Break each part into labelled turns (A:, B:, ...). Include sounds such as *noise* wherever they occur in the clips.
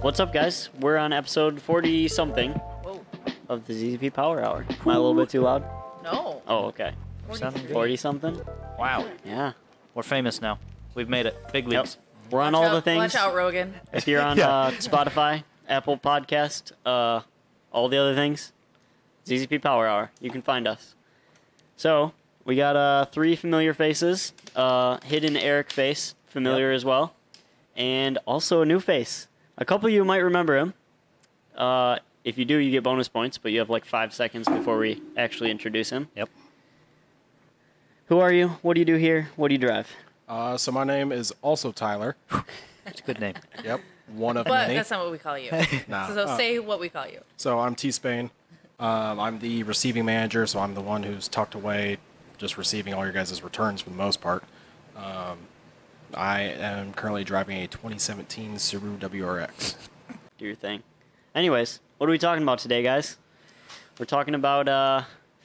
A: What's up, guys? We're on episode 40 something
B: Whoa.
A: of the ZZP Power Hour. Am I a little bit too loud?
B: No.
A: Oh, okay.
C: Sounding good.
A: 40 something?
C: Wow,
A: Yeah.
C: we're famous now. We've made it. Big
A: Yep.
C: leagues.
A: We're on
B: Watch
A: all
B: out-
A: the things.
B: Watch out, Rogan.
A: If you're on
C: *laughs* Yeah.
A: uh, Spotify, Apple Podcast, uh, all the other things, ZZP Power Hour. You can find us. So we got uh, three familiar faces, uh, hidden Eric face, familiar as well, and also a new face. A couple of you might remember him. Uh, if you do, you get bonus points, but you have like five seconds before we actually introduce him.
C: Yep.
A: Who are you? What do you do here? What do you drive?
D: Uh, so my name is also Tyler.
C: It's a good name.
D: Yep, one of
B: But
D: many.
B: that's not what we call
C: *laughs*
B: you.
D: Nah.
B: So
D: Oh.
B: say what we call you.
D: So I'm T Spain. Um, I'm the receiving manager, so I'm the one who's tucked away, just receiving all your guys' returns for the most part. Um, I am currently driving a 2017 Subaru WRX.
A: do your thing. Anyways, what are we talking about today, guys? We're talking about uh,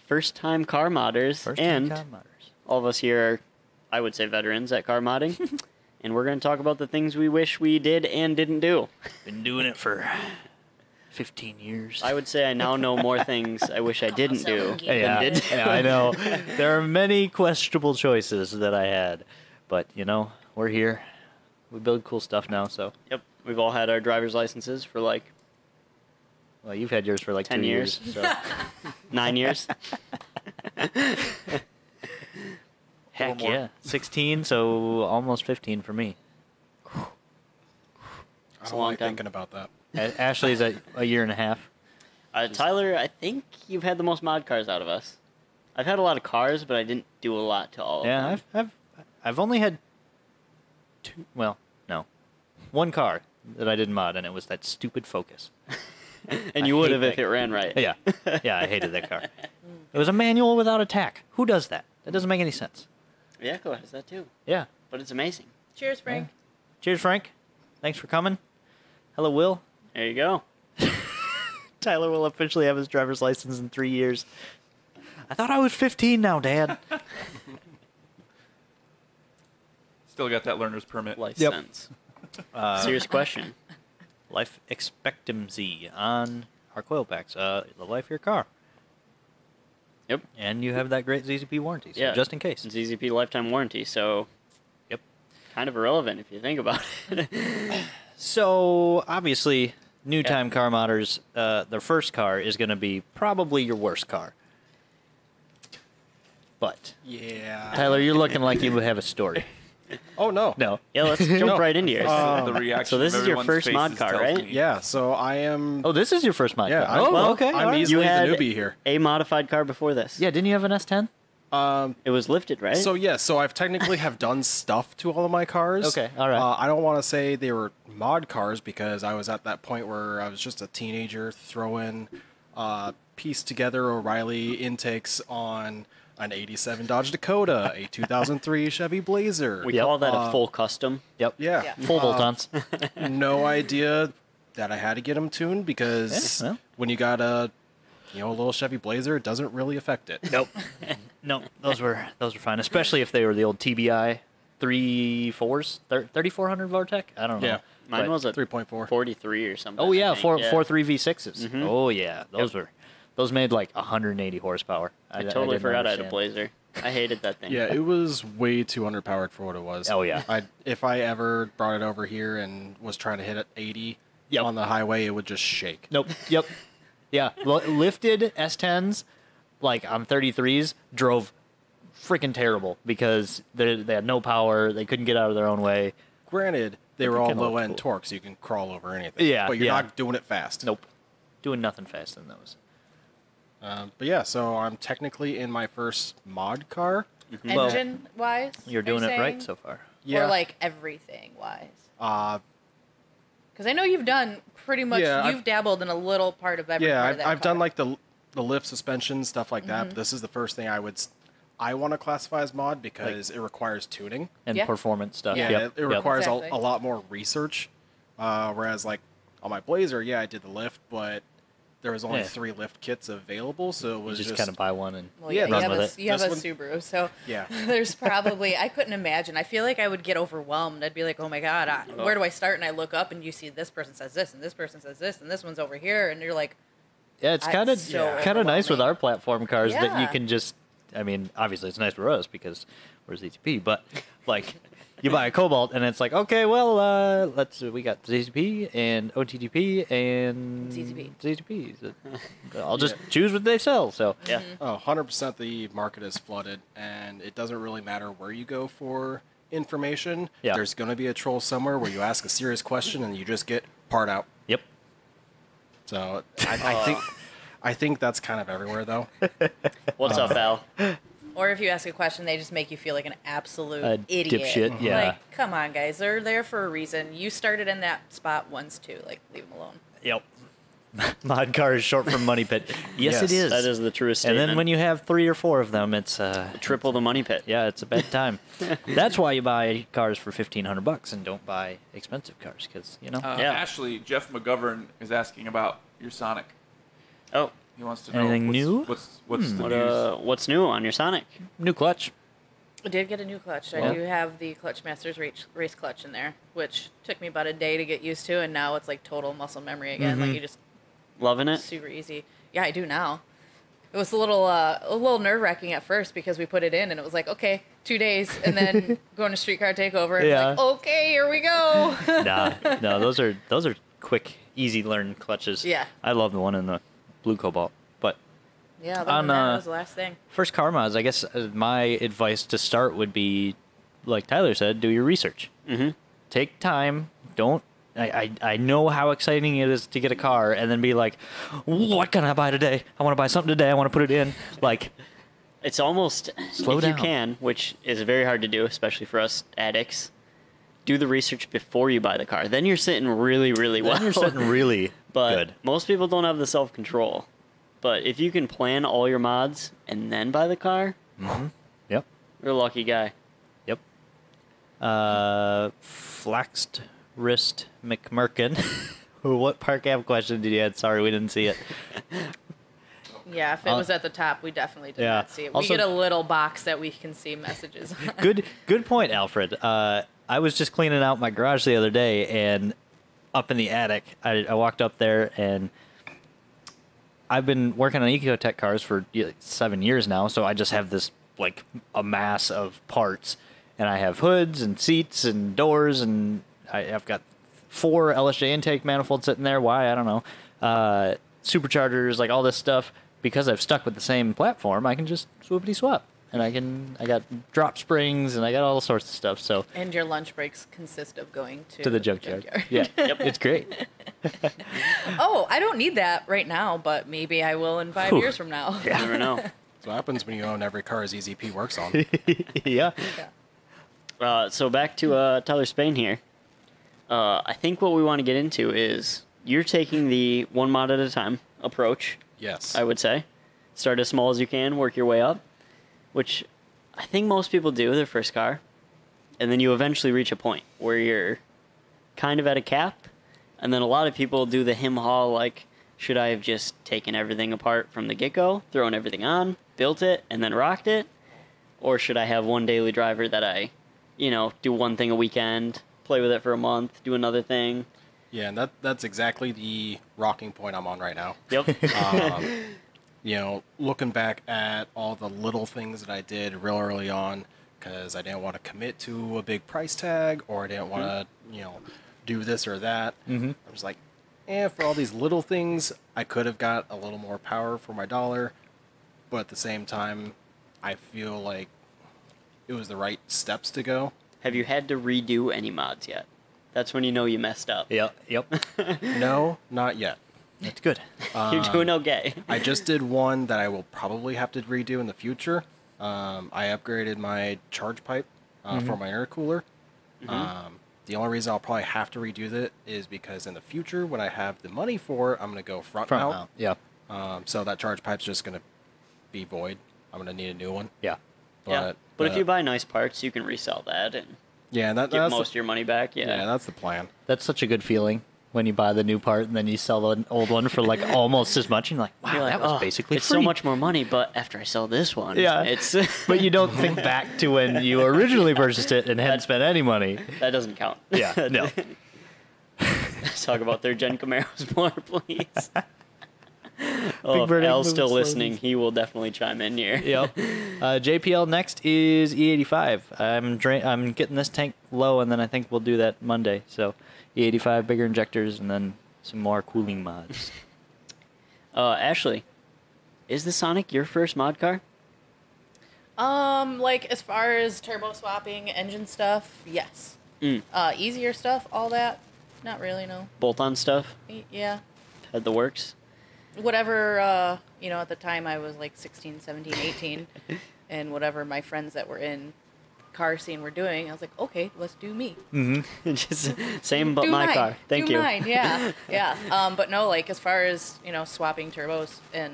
A: first-time car modders, and all of us here are, I would say, veterans at car
C: *laughs*
A: modding, and we're going to talk about the things we wish we did and didn't do.
C: Been doing it for 15 years.
A: I would say I now know
C: *laughs*
A: more things I wish I didn't do.
B: Someone gave
C: yeah,
A: than did. *laughs*
C: yeah, I know. There are many questionable choices that I had, but you know, we're here. We build cool stuff now. So,
A: Yep, we've all had our driver's licenses for like
C: well, you've had yours for like
A: 10
C: two
A: years. *laughs*
C: so.
A: nine
C: *laughs*
A: years.
C: Heck yeah, 16, so almost 15 for me.
D: I
A: a
D: don't
A: long
D: like
A: time.
D: thinking about that.
C: A- Ashley's a, a year and a half.
A: Uh, Tyler, I think you've had the most mod cars out of us. I've had a lot of cars, but I didn't do a lot to all
C: Yeah,
A: of
C: I've,
A: them.
C: I've I've only had two. Well, no, one car that I didn't mod, and it was that stupid Focus.
A: *laughs* and
C: I
A: you would
C: hate
A: have if
C: that-
A: it ran right. *laughs*
C: Yeah, yeah, I hated that car. It was a manual without a tack. Who does that? That doesn't make any sense.
A: The Echo has that too,
C: Yeah.
A: but it's amazing.
B: Cheers, Frank.
C: Cheers, Frank. Thanks for coming. Hello, Will.
A: There you go.
C: Tyler will officially have his driver's license in three years. I thought I was 15 now, *laughs* Dad.
E: Still got that learner's permit.
A: License. Uh,
C: Uh,
A: Serious question.
C: Life expectancy on our coilbacks. Uh, the life of your car.
A: Yep.
C: And you have that great ZZP warranty, so
A: Yeah.
C: just in case.
A: It's ZZP lifetime warranty, so
C: Yep.
A: kind of irrelevant if you think about it.
C: *laughs*
A: *laughs*
C: So obviously, new
A: Yeah.
C: time car modders, uh, their first car is going to be probably your worst car. But
D: Yeah.
C: Tyler, you're looking like you have a story.
D: Oh no.
C: *laughs* No,
A: yeah,
C: *laughs*
A: let's jump
D: No.
A: right into yours.
D: Uh,
E: the reaction.
A: So this
E: of
A: is your
E: everyone's
A: first
E: faces
A: mod car,
E: tells
A: right?
E: me-
D: Yeah. So I am.
C: oh, this is your first mod.
D: Yeah,
C: car.
D: I'm-
C: oh,
D: well,
C: okay.
D: I'm
C: all right.
D: easy-
A: you
D: He's the
A: had
D: newbie here.
A: a modified car before this.
C: yeah, didn't you have an S10?
D: Um,
A: It was lifted, right?
D: So yeah, so I've technically have done stuff to all of my cars.
C: Okay, all right.
D: Uh, I don't want to say they were mod cars because I was at that point where I was just a teenager throwing uh, pieced together O'Reilly intakes on an '87 Dodge Dakota, a 2003 Chevy Blazer.
A: we
C: Yep.
A: call that a
D: Uh,
A: full custom.
C: Yep.
D: yeah,
B: Yeah.
C: Full
D: Uh, *laughs*
C: bolt-ons.
D: no idea that I had to get them tuned because
C: Yeah, well.
D: when you got a you know a little Chevy Blazer, it doesn't really affect it.
A: *laughs*
C: nope. no, those were those were fine, especially if they were the old TBI three fours, thir- 3400 Vortec. I don't know.
D: Yeah.
A: Mine
C: But-
A: was a
D: 3.4.
A: 43 or something.
C: Oh
A: I
C: yeah,
A: think.
C: four four three V 6s
A: Mhm.
C: Oh yeah, those were those made like 180 horsepower.
A: I totally
C: didn't
A: forgot I had a
C: understand.
A: Blazer. I hated that thing.
D: Yeah, it was way too underpowered for what it was.
C: Oh, yeah.
D: I if I ever brought it over here and was trying to hit at 80
C: Yep.
D: on the highway, it would just shake.
C: Nope.
A: *laughs*
C: Yep. Yeah, L- lifted S10s like on 33s drove freaking terrible because they they had no power, they couldn't get out of their own way.
D: Granted, they were
C: it
D: all
C: kinda
D: low
C: looked
D: end
C: cool.
D: torque, so you can crawl over anything.
C: Yeah,
D: but you're
C: yeah.
D: not doing it fast.
C: Nope. Doing nothing fast in those.
D: Um, but yeah, so I'm technically in my first mod car.
C: Well,
B: Engine wise.
C: You're doing it right so far.
D: Yeah.
B: Or like everything wise.
D: Uh,
B: Because I know you've done pretty much.
D: Yeah,
B: you've
D: I've-
B: dabbled in a little part of every.
D: yeah,
B: part
D: I've,
B: of that
D: I've
B: car. Mm-hmm.
D: done like the the lift suspension stuff like that. But this is the first thing I would s- I want to classify as mod because it requires tuning.
C: And
B: Yeah.
C: performance stuff.
D: Yeah,
C: Yep,
D: it, it
C: yep.
D: requires a,
B: Exactly.
D: a lot more research. Uh, whereas, like on my Blazer, yeah, I did the lift, but there was only
C: Yeah.
D: three lift kits available, so
C: You
D: it was
C: just,
D: just,
C: kind of buy one and
F: Well,
D: Yeah,
F: yeah,
C: run
F: you have,
C: with
F: a,
C: it.
F: you have a
D: This one-
F: Subaru, so
D: *laughs* Yeah.
F: *laughs* there's probably I couldn't imagine. I feel like I would get overwhelmed. I'd be like, oh my god, I, where do I start? And I look up and you see this person says this, and this person says this, and this one's over here, and you're like,
C: yeah, it's
F: That's
C: kind of
F: so
C: kind of nice with
F: overwhelming.
C: our platform cars that you
F: Yeah.
C: can just. I mean, obviously it's nice for us because we're ZTP, but like you buy a Cobalt and it's like, okay, well, uh, let's we got ZTP and OTTP and
F: ZTP.
C: ZTP.
F: *laughs*
C: I'll just choose what they sell. So
A: Yeah.
D: Oh, 100% the market is flooded, and it doesn't really matter where you go for information.
C: Yeah.
D: There's going to be a troll somewhere where you ask a serious question and you just get part out.
C: yep,
D: So I, I
C: Uh.
D: think I think that's kind of everywhere, though.
A: What's up,
C: Uh,
A: Al?
F: or if you ask a question, they just make you feel like an absolute
C: A
F: idiot.
C: dipshit, yeah.
F: Like, come on, guys, they're there for a reason. You started in that spot once too. Like, leave them alone.
C: yep. *laughs* Mod car is short for money pit. Yes,
D: Yes,
C: it is.
A: That is the truest
C: and
A: statement.
C: then when you have three or four of them, it's uh,
A: triple the money pit.
C: Yeah, it's a bad time. That's why you buy cars for fifteen hundred bucks and don't buy expensive cars because you know
E: Uh,
A: Yeah.
E: Ashley, Jeff McGovern is asking about your Sonic.
A: Oh,
E: He wants to know
C: Anything
E: what's,
C: new? Hmm.
E: What's what's the
A: what,
E: news?
A: uh, what's new on your Sonic?
C: new clutch.
F: I did get a new clutch.
C: Yeah.
F: I do have the Clutch Masters race, race clutch in there, which took me about a day to get used to, and now it's like total muscle memory again.
C: Mm-hmm.
F: Like you just
A: Loving it?
F: super easy. Yeah, I do now. It was a little uh, a little nerve wracking at first because we put it in and it was like okay two days and then
C: *laughs*
F: going to streetcar takeover and
C: Yeah.
F: like okay here we go.
C: nah, no, those are those are quick, easy learn clutches.
F: Yeah.
C: I love the one in the blue cobalt. But
F: *laughs* yeah, other
C: On,
F: than that,
C: uh,
F: that was the last thing.
C: first car mods, I guess uh, my advice to start would be, like Tyler said, do your research.
A: Mhm.
C: Take time. Don't. I, I, I know how exciting it is to get a car and then be like, what can I buy today? I want to buy something today. I want to put it in. Like,
A: It's almost
C: Slow
A: if
C: down.
A: you can, which is very hard to do, especially for us addicts. Do the research before you buy the car. Then you're sitting really, really well.
C: then
A: *laughs*
C: you're sitting really
A: but
C: good.
A: most people don't have the self control. But if you can plan all your mods and then buy the car,
C: Yep.
A: you're a lucky guy.
C: Yep. Uh, flaxed wrist *laughs* McMurkin. what Park Ave question did you have? Sorry, we didn't see it.
F: Yeah, if it
C: I'll-
F: was at the top, we definitely did
C: Uh, Yeah.
F: not see it. We
C: Also-
F: get a little box that we can see
C: *laughs*
F: messages. on.
C: Good, good point, Alfred. Uh, I was just cleaning out my garage the other day, and up in the attic, I, I walked up there, and I've been working on Ecotech cars for yeah, like, seven years now, so I just have this like a mass of parts, and I have hoods and seats and doors, and I, I've got four LSJ intake manifolds sitting there. Why I don't know. Uh, superchargers, like all this stuff, because I've stuck with the same platform, I can just swoopity swap, and I can I got drop springs, and I got all sorts of stuff. So
F: and your lunch breaks consist of going to
C: to the junkyard, *laughs* yeah, it's great.
F: *laughs* oh, I don't need that right now, but maybe I will in five
C: Whew.
F: years from now.
A: You never
F: *laughs*
A: know.
D: That's what happens when you own every car as EZP works on.
C: *laughs* yeah,
A: Uh, so back to uh, Tyler Spain here. Uh, I think what we want to get into is you're taking the one mod at a time approach.
D: Yes.
A: I would say. Start as small as you can, work your way up, which I think most people do with their first car. And then you eventually reach a point where you're kind of at a cap. And then a lot of people do the him haul like, should I have just taken everything apart from the get go, thrown everything on, built it, and then rocked it? Or should I have one daily driver that I, you know, do one thing a weekend, play with it for a month, do another thing?
D: Yeah, and that that's exactly the rocking point I'm on right now.
A: Yep. Uh,
D: um, you know, looking back at all the little things that I did real early on, because I didn't want to commit to a big price tag, or I didn't want to, you know, do this or that. Mm-hmm. I'm just like, eh, for all these little things, I could have got a little more power for my dollar, but at the same time, I feel like it was the right steps to go.
A: have you had to redo any mods yet? That's when you know you messed up.
C: yeah, yep.
D: No, not yet.
C: That's *laughs* good.
A: You're
C: Um,
A: doing okay.
D: I just did one that I will probably have to redo in the future. Um, I upgraded my charge pipe uh,
A: Mm-hmm.
D: for my intercooler. Um, the only reason I'll probably have to redo that is because in the future, when I have the money for it, I'm going to go front,
C: Front mount.
D: mount.
C: uh, Yeah,
D: Um, so that charge pipe's just going to be void. I'm going to need a new one. uh,
C: yeah.
A: *laughs* yeah. But if you buy nice parts, you can resell that and
D: yeah, that,
A: get
D: that's
A: most of your money back.
D: the,
A: Yeah.
D: yeah, that's the plan.
C: That's such a good feeling when you buy the new part and then you sell the old one
A: *laughs*
C: for like almost as much. And you're like, wow,
A: You're like,
C: that was
A: "Oh,
C: basically
A: it's so
C: free."
A: much more money, but after I sell this one,
C: Yeah.
A: it's
C: *laughs*
A: *laughs*
C: But you don't think back to when you originally purchased it and hadn't spent any money.
A: that doesn't count. *laughs*
C: Yeah, no.
A: Let's talk about third gen Camaros *laughs* more,
C: *laughs*
A: please. oh, if
C: Bird ain't
A: Al's
C: moving
A: still
C: slow
A: listening,
C: these-
A: he will definitely chime in here.
C: Yep. Uh, JPL next is E85. I'm dra- I'm getting this tank low, and then I think we'll do that Monday. So E85 bigger injectors, and then some more cooling mods.
A: *laughs* Uh, Ashley, is the Sonic your first mod car?
B: Um, like as far as turbo swapping, engine stuff, yes.
A: Mm.
B: Uh, easier stuff, all that, not really. No.
A: Bolt on stuff?
F: E,
B: Y- Yeah.
A: Had the works?
B: Whatever. Uh, you know, at the time I was like 16, 17,
A: *laughs*
B: 18, and whatever my friends that were in car scene were doing, I was like, okay, let's do me.
A: *laughs* Just same, but
B: do
A: my
B: mine.
A: car. Thank
B: do
A: you.
B: Mine.
A: *laughs*
B: Yeah, yeah. Um, but no, like as far as you know, swapping turbos and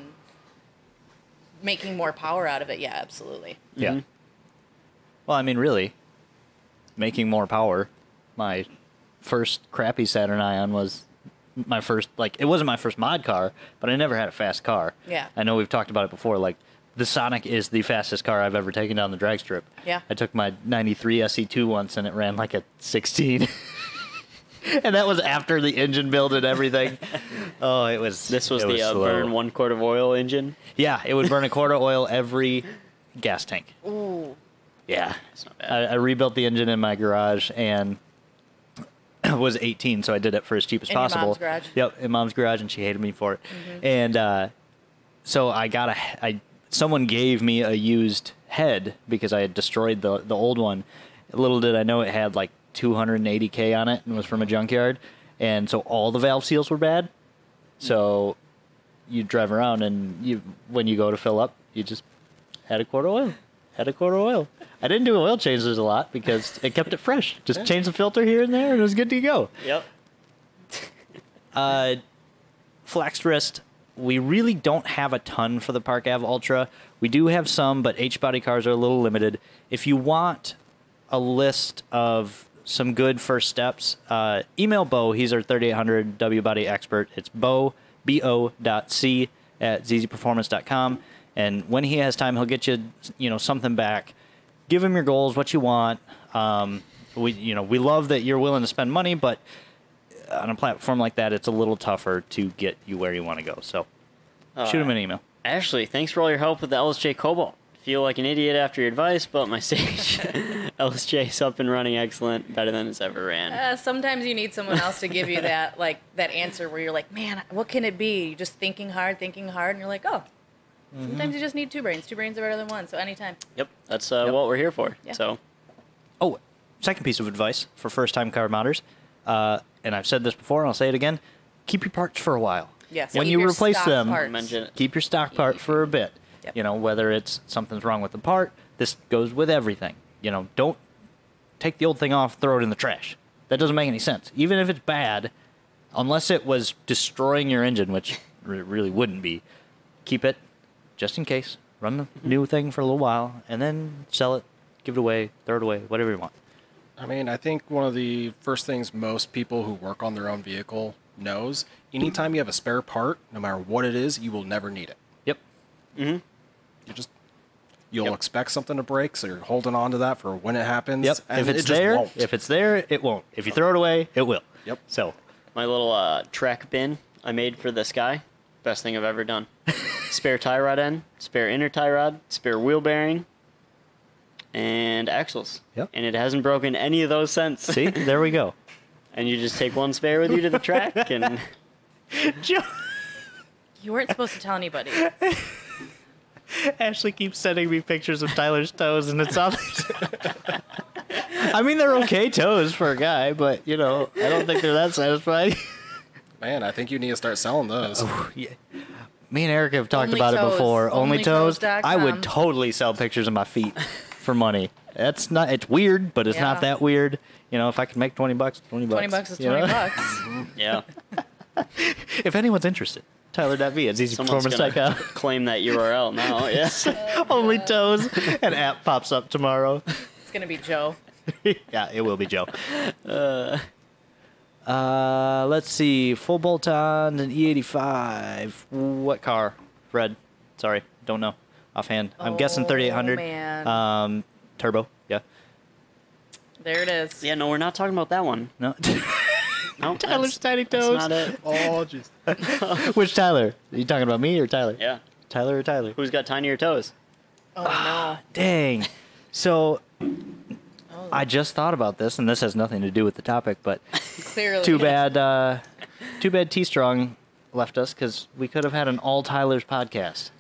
B: making more power out of it. Yeah, absolutely.
C: Yeah.
A: Mhm.
C: Mm-hmm. Well, I mean, really, making more power. My first crappy Saturn Ion was my first, like, it wasn't my first mod car, but I never had a fast car.
B: Yeah.
C: I know we've talked about it before. Like, the Sonic is the fastest car I've ever taken down the drag strip.
B: Yeah.
C: I took my 93 SE2 once and it ran like a 16. *laughs* and that was after the engine build
B: *laughs*
C: and everything. Oh, it was.
A: This was
C: it
A: the uh,
C: slow.
A: burn one quart of oil engine.
C: Yeah, it would burn a quart of oil every gas tank.
B: Ooh.
C: Yeah.
A: It's not bad.
C: I, I rebuilt the engine in my garage and *clears throat* was 18, so I did it for as cheap as
B: In your mom's
C: possible.
B: garage? Mm-hmm.
C: Yep, in mom's garage, and she hated me for it. And uh, so I got a, I someone gave me a used head because I had destroyed the the old one. Little did I know it had like 280k on it and was from a junkyard, and so all the valve seals were bad. So you drive around and you when you go to fill up, you just had a quart of oil. Had a quart of oil. I didn't do oil changes a lot because it kept it fresh. Just
D: Yeah.
C: changed the filter here and there, and it was good to go.
A: Yep.
C: Uh, Flaxed wrist. We really don't have a ton for the Park Ave Ultra. We do have some, but H body cars are a little limited. If you want a list of some good first steps, uh, email Bo. He's our 3800 W body expert. It's Bo B O dot C at zzperformance.com. And when he has time, he'll get you you know something back give them your goals, what you want. Um, we, you know, we love that you're willing to spend money, but on a platform like that, it's a little tougher to get you where you want to go. So, shoot them an email.
A: Ashley, thanks for all your help with the LSJ Cobalt. Feel like an idiot after your advice, but my *laughs* sage LSJ's up and running excellent, better than it's ever ran.
B: Uh, sometimes you need someone else to
A: *laughs*
B: give you that like that answer where you're like, man, what can it be? You're just thinking hard, thinking hard, and you're like, oh.
A: Mm-hmm.
B: Sometimes you just need two brains. Two brains are better than one. So anytime.
A: Yep, that's uh,
C: Yep.
A: what we're here for.
B: Yeah.
A: So,
C: Oh, second piece of advice for first-time car modders, uh, and I've said this before, and I'll say it again: keep your parts for a while.
B: Yes.
C: When
B: keep
C: you
B: your
C: replace
B: stock
C: them,
B: parts.
A: Mention it.
C: keep your stock part for a bit.
B: Yep.
C: You know, whether it's something's wrong with the part, this goes with everything. You know, don't take the old thing off, throw it in the trash. That doesn't make any sense. Even if it's bad, unless it was destroying your engine, which *laughs* it really wouldn't be, keep it just in case. Run the new thing for a little while and then sell it, give it away, throw it away, whatever you want.
D: I mean, I think one of the first things most people who work on their own vehicle knows anytime you have a spare part, no matter what it is, you will never need it.
C: Yep.
D: You just you'll
A: Yep.
D: expect something to break, so you're holding on to that for when it happens.
C: Yep.
D: and
C: if
D: it
C: it's
D: just
C: there,
D: won't.
C: if it's there, it won't. If you throw it away, it will.
D: Yep.
C: So,
D: *laughs*
A: my little uh, track bin I made for the sky, best thing I've
B: *laughs*
A: ever done. spare tie rod end, spare inner tie rod, spare wheel bearing, and axles.
C: Yep.
A: And it hasn't broken any of those since.
C: see, there we go.
A: and you just take one spare with you to the
C: *laughs*
A: track, and
B: You weren't supposed to tell
C: *laughs*
B: anybody.
C: Ashley keeps sending me pictures of Tyler's toes, and *laughs* it's on. I mean, they're okay toes for a guy, but you know, I don't think they're that satisfying.
D: Man, I think you need to start selling those.
C: Oh. Me and Eric have talked
B: Only
C: about it
B: toes.
C: before. Only,
B: Only
C: toes.
B: toes.com.
C: I would totally sell pictures of
B: *laughs*
C: my feet for money. That's not. It's weird, but it's
B: Yeah.
C: not that weird. You know, if I could make twenty bucks, twenty bucks.
B: Twenty bucks is
C: you
B: twenty
C: know? *laughs*
B: bucks.
A: yeah.
C: if anyone's interested, Tyler.v at
A: Someone's
C: ZZPerformance.com.
A: gonna claim that URL
C: *laughs*
A: now. Yes.
C: Only toes. An app pops up tomorrow.
B: It's gonna be Joe.
C: *laughs* yeah, it will be Joe. Uh, Uh, let's see. Full bolt ons and E85. What car? Red. Sorry, don't know offhand. I'm guessing
B: Oh,
C: 3800.
B: man.
C: Um, turbo. Yeah.
B: There it is.
A: Yeah, no, we're not talking about that one.
C: No. *laughs*
A: No, that's-
C: Tyler's tiny
A: That's
C: toes.
A: not it.
D: Oh,
C: *laughs*
D: jeez.
C: Which Tyler? Are you talking about me or Tyler?
A: Yeah.
C: Tyler or Tyler?
A: Who's got tinier toes?
B: Oh no.
A: *sighs*
C: Dang. So
B: Oh,
C: I just thought about this, and this has nothing to do with the topic, *laughs* but
B: clearly.
C: too bad. Uh, too bad T Strong left us because we could have had an all Tyler's podcast.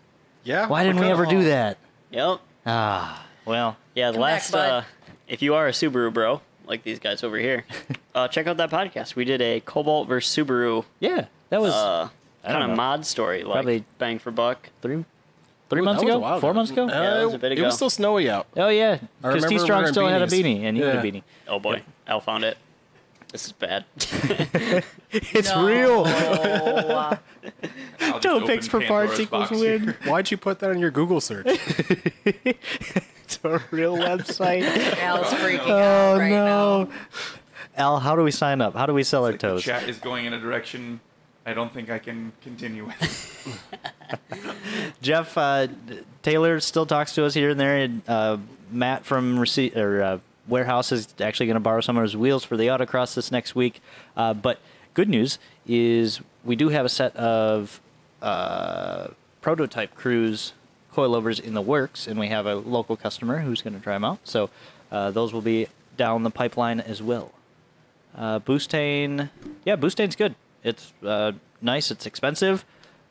D: Yeah.
C: Why didn't we ever do
D: could've-
C: that?
A: Yep.
C: Ah, well.
A: Yeah, the
B: Come back,
A: last.
B: bud.
A: uh, if you are a Subaru bro, like these guys over
C: *laughs*
A: here, uh, check out that podcast. We did a Cobalt versus Subaru
C: Yeah, that was
A: uh,
C: I don't
A: kind
C: know.
A: of mod story, like
C: Probably-
A: bang for buck.
C: three, three
D: Ooh,
C: months
D: that was a
C: ago,
D: while
C: four
D: ago.
C: months ago.
D: Uh,
A: Yeah, it was a bit
D: It
A: ago.
D: was still snowy
C: *laughs*
D: out.
C: Oh yeah,
D: I
C: because
D: remember
C: T Strong
D: wearing
C: still had a
D: beanies.
C: beanie, and you had a
D: Yeah.
C: beanie.
A: Oh boy, Al found it. This is bad.
C: *laughs* It's
B: No.
C: real. *laughs*
E: I'll just
C: Don't
E: open
C: fix for
E: Pandora's
C: parts equals
E: box
C: win.
D: *laughs*
E: *laughs* here.
D: Why'd you put that in your Google search?
C: it's a real website.
B: Al's freaking
C: *laughs* oh
B: out right
C: no,
B: now.
C: Al, how do we sign up? How do we sell our
E: Like, the
C: toes?
E: chat is going in a direction I don't think I can continue with.
C: Jeff uh, d- Taylor still talks to us here and there, and uh, Matt from Rece- or, uh, Warehouse is actually going to borrow some of his wheels for the autocross this next week. Uh, but good news is we do have a set of uh, prototype crews coilovers in the works, and we have a local customer who's going to try them out. So uh, those will be down the pipeline as well. Uh, Boostane, yeah, Boostane's good. It's uh, nice. It's expensive.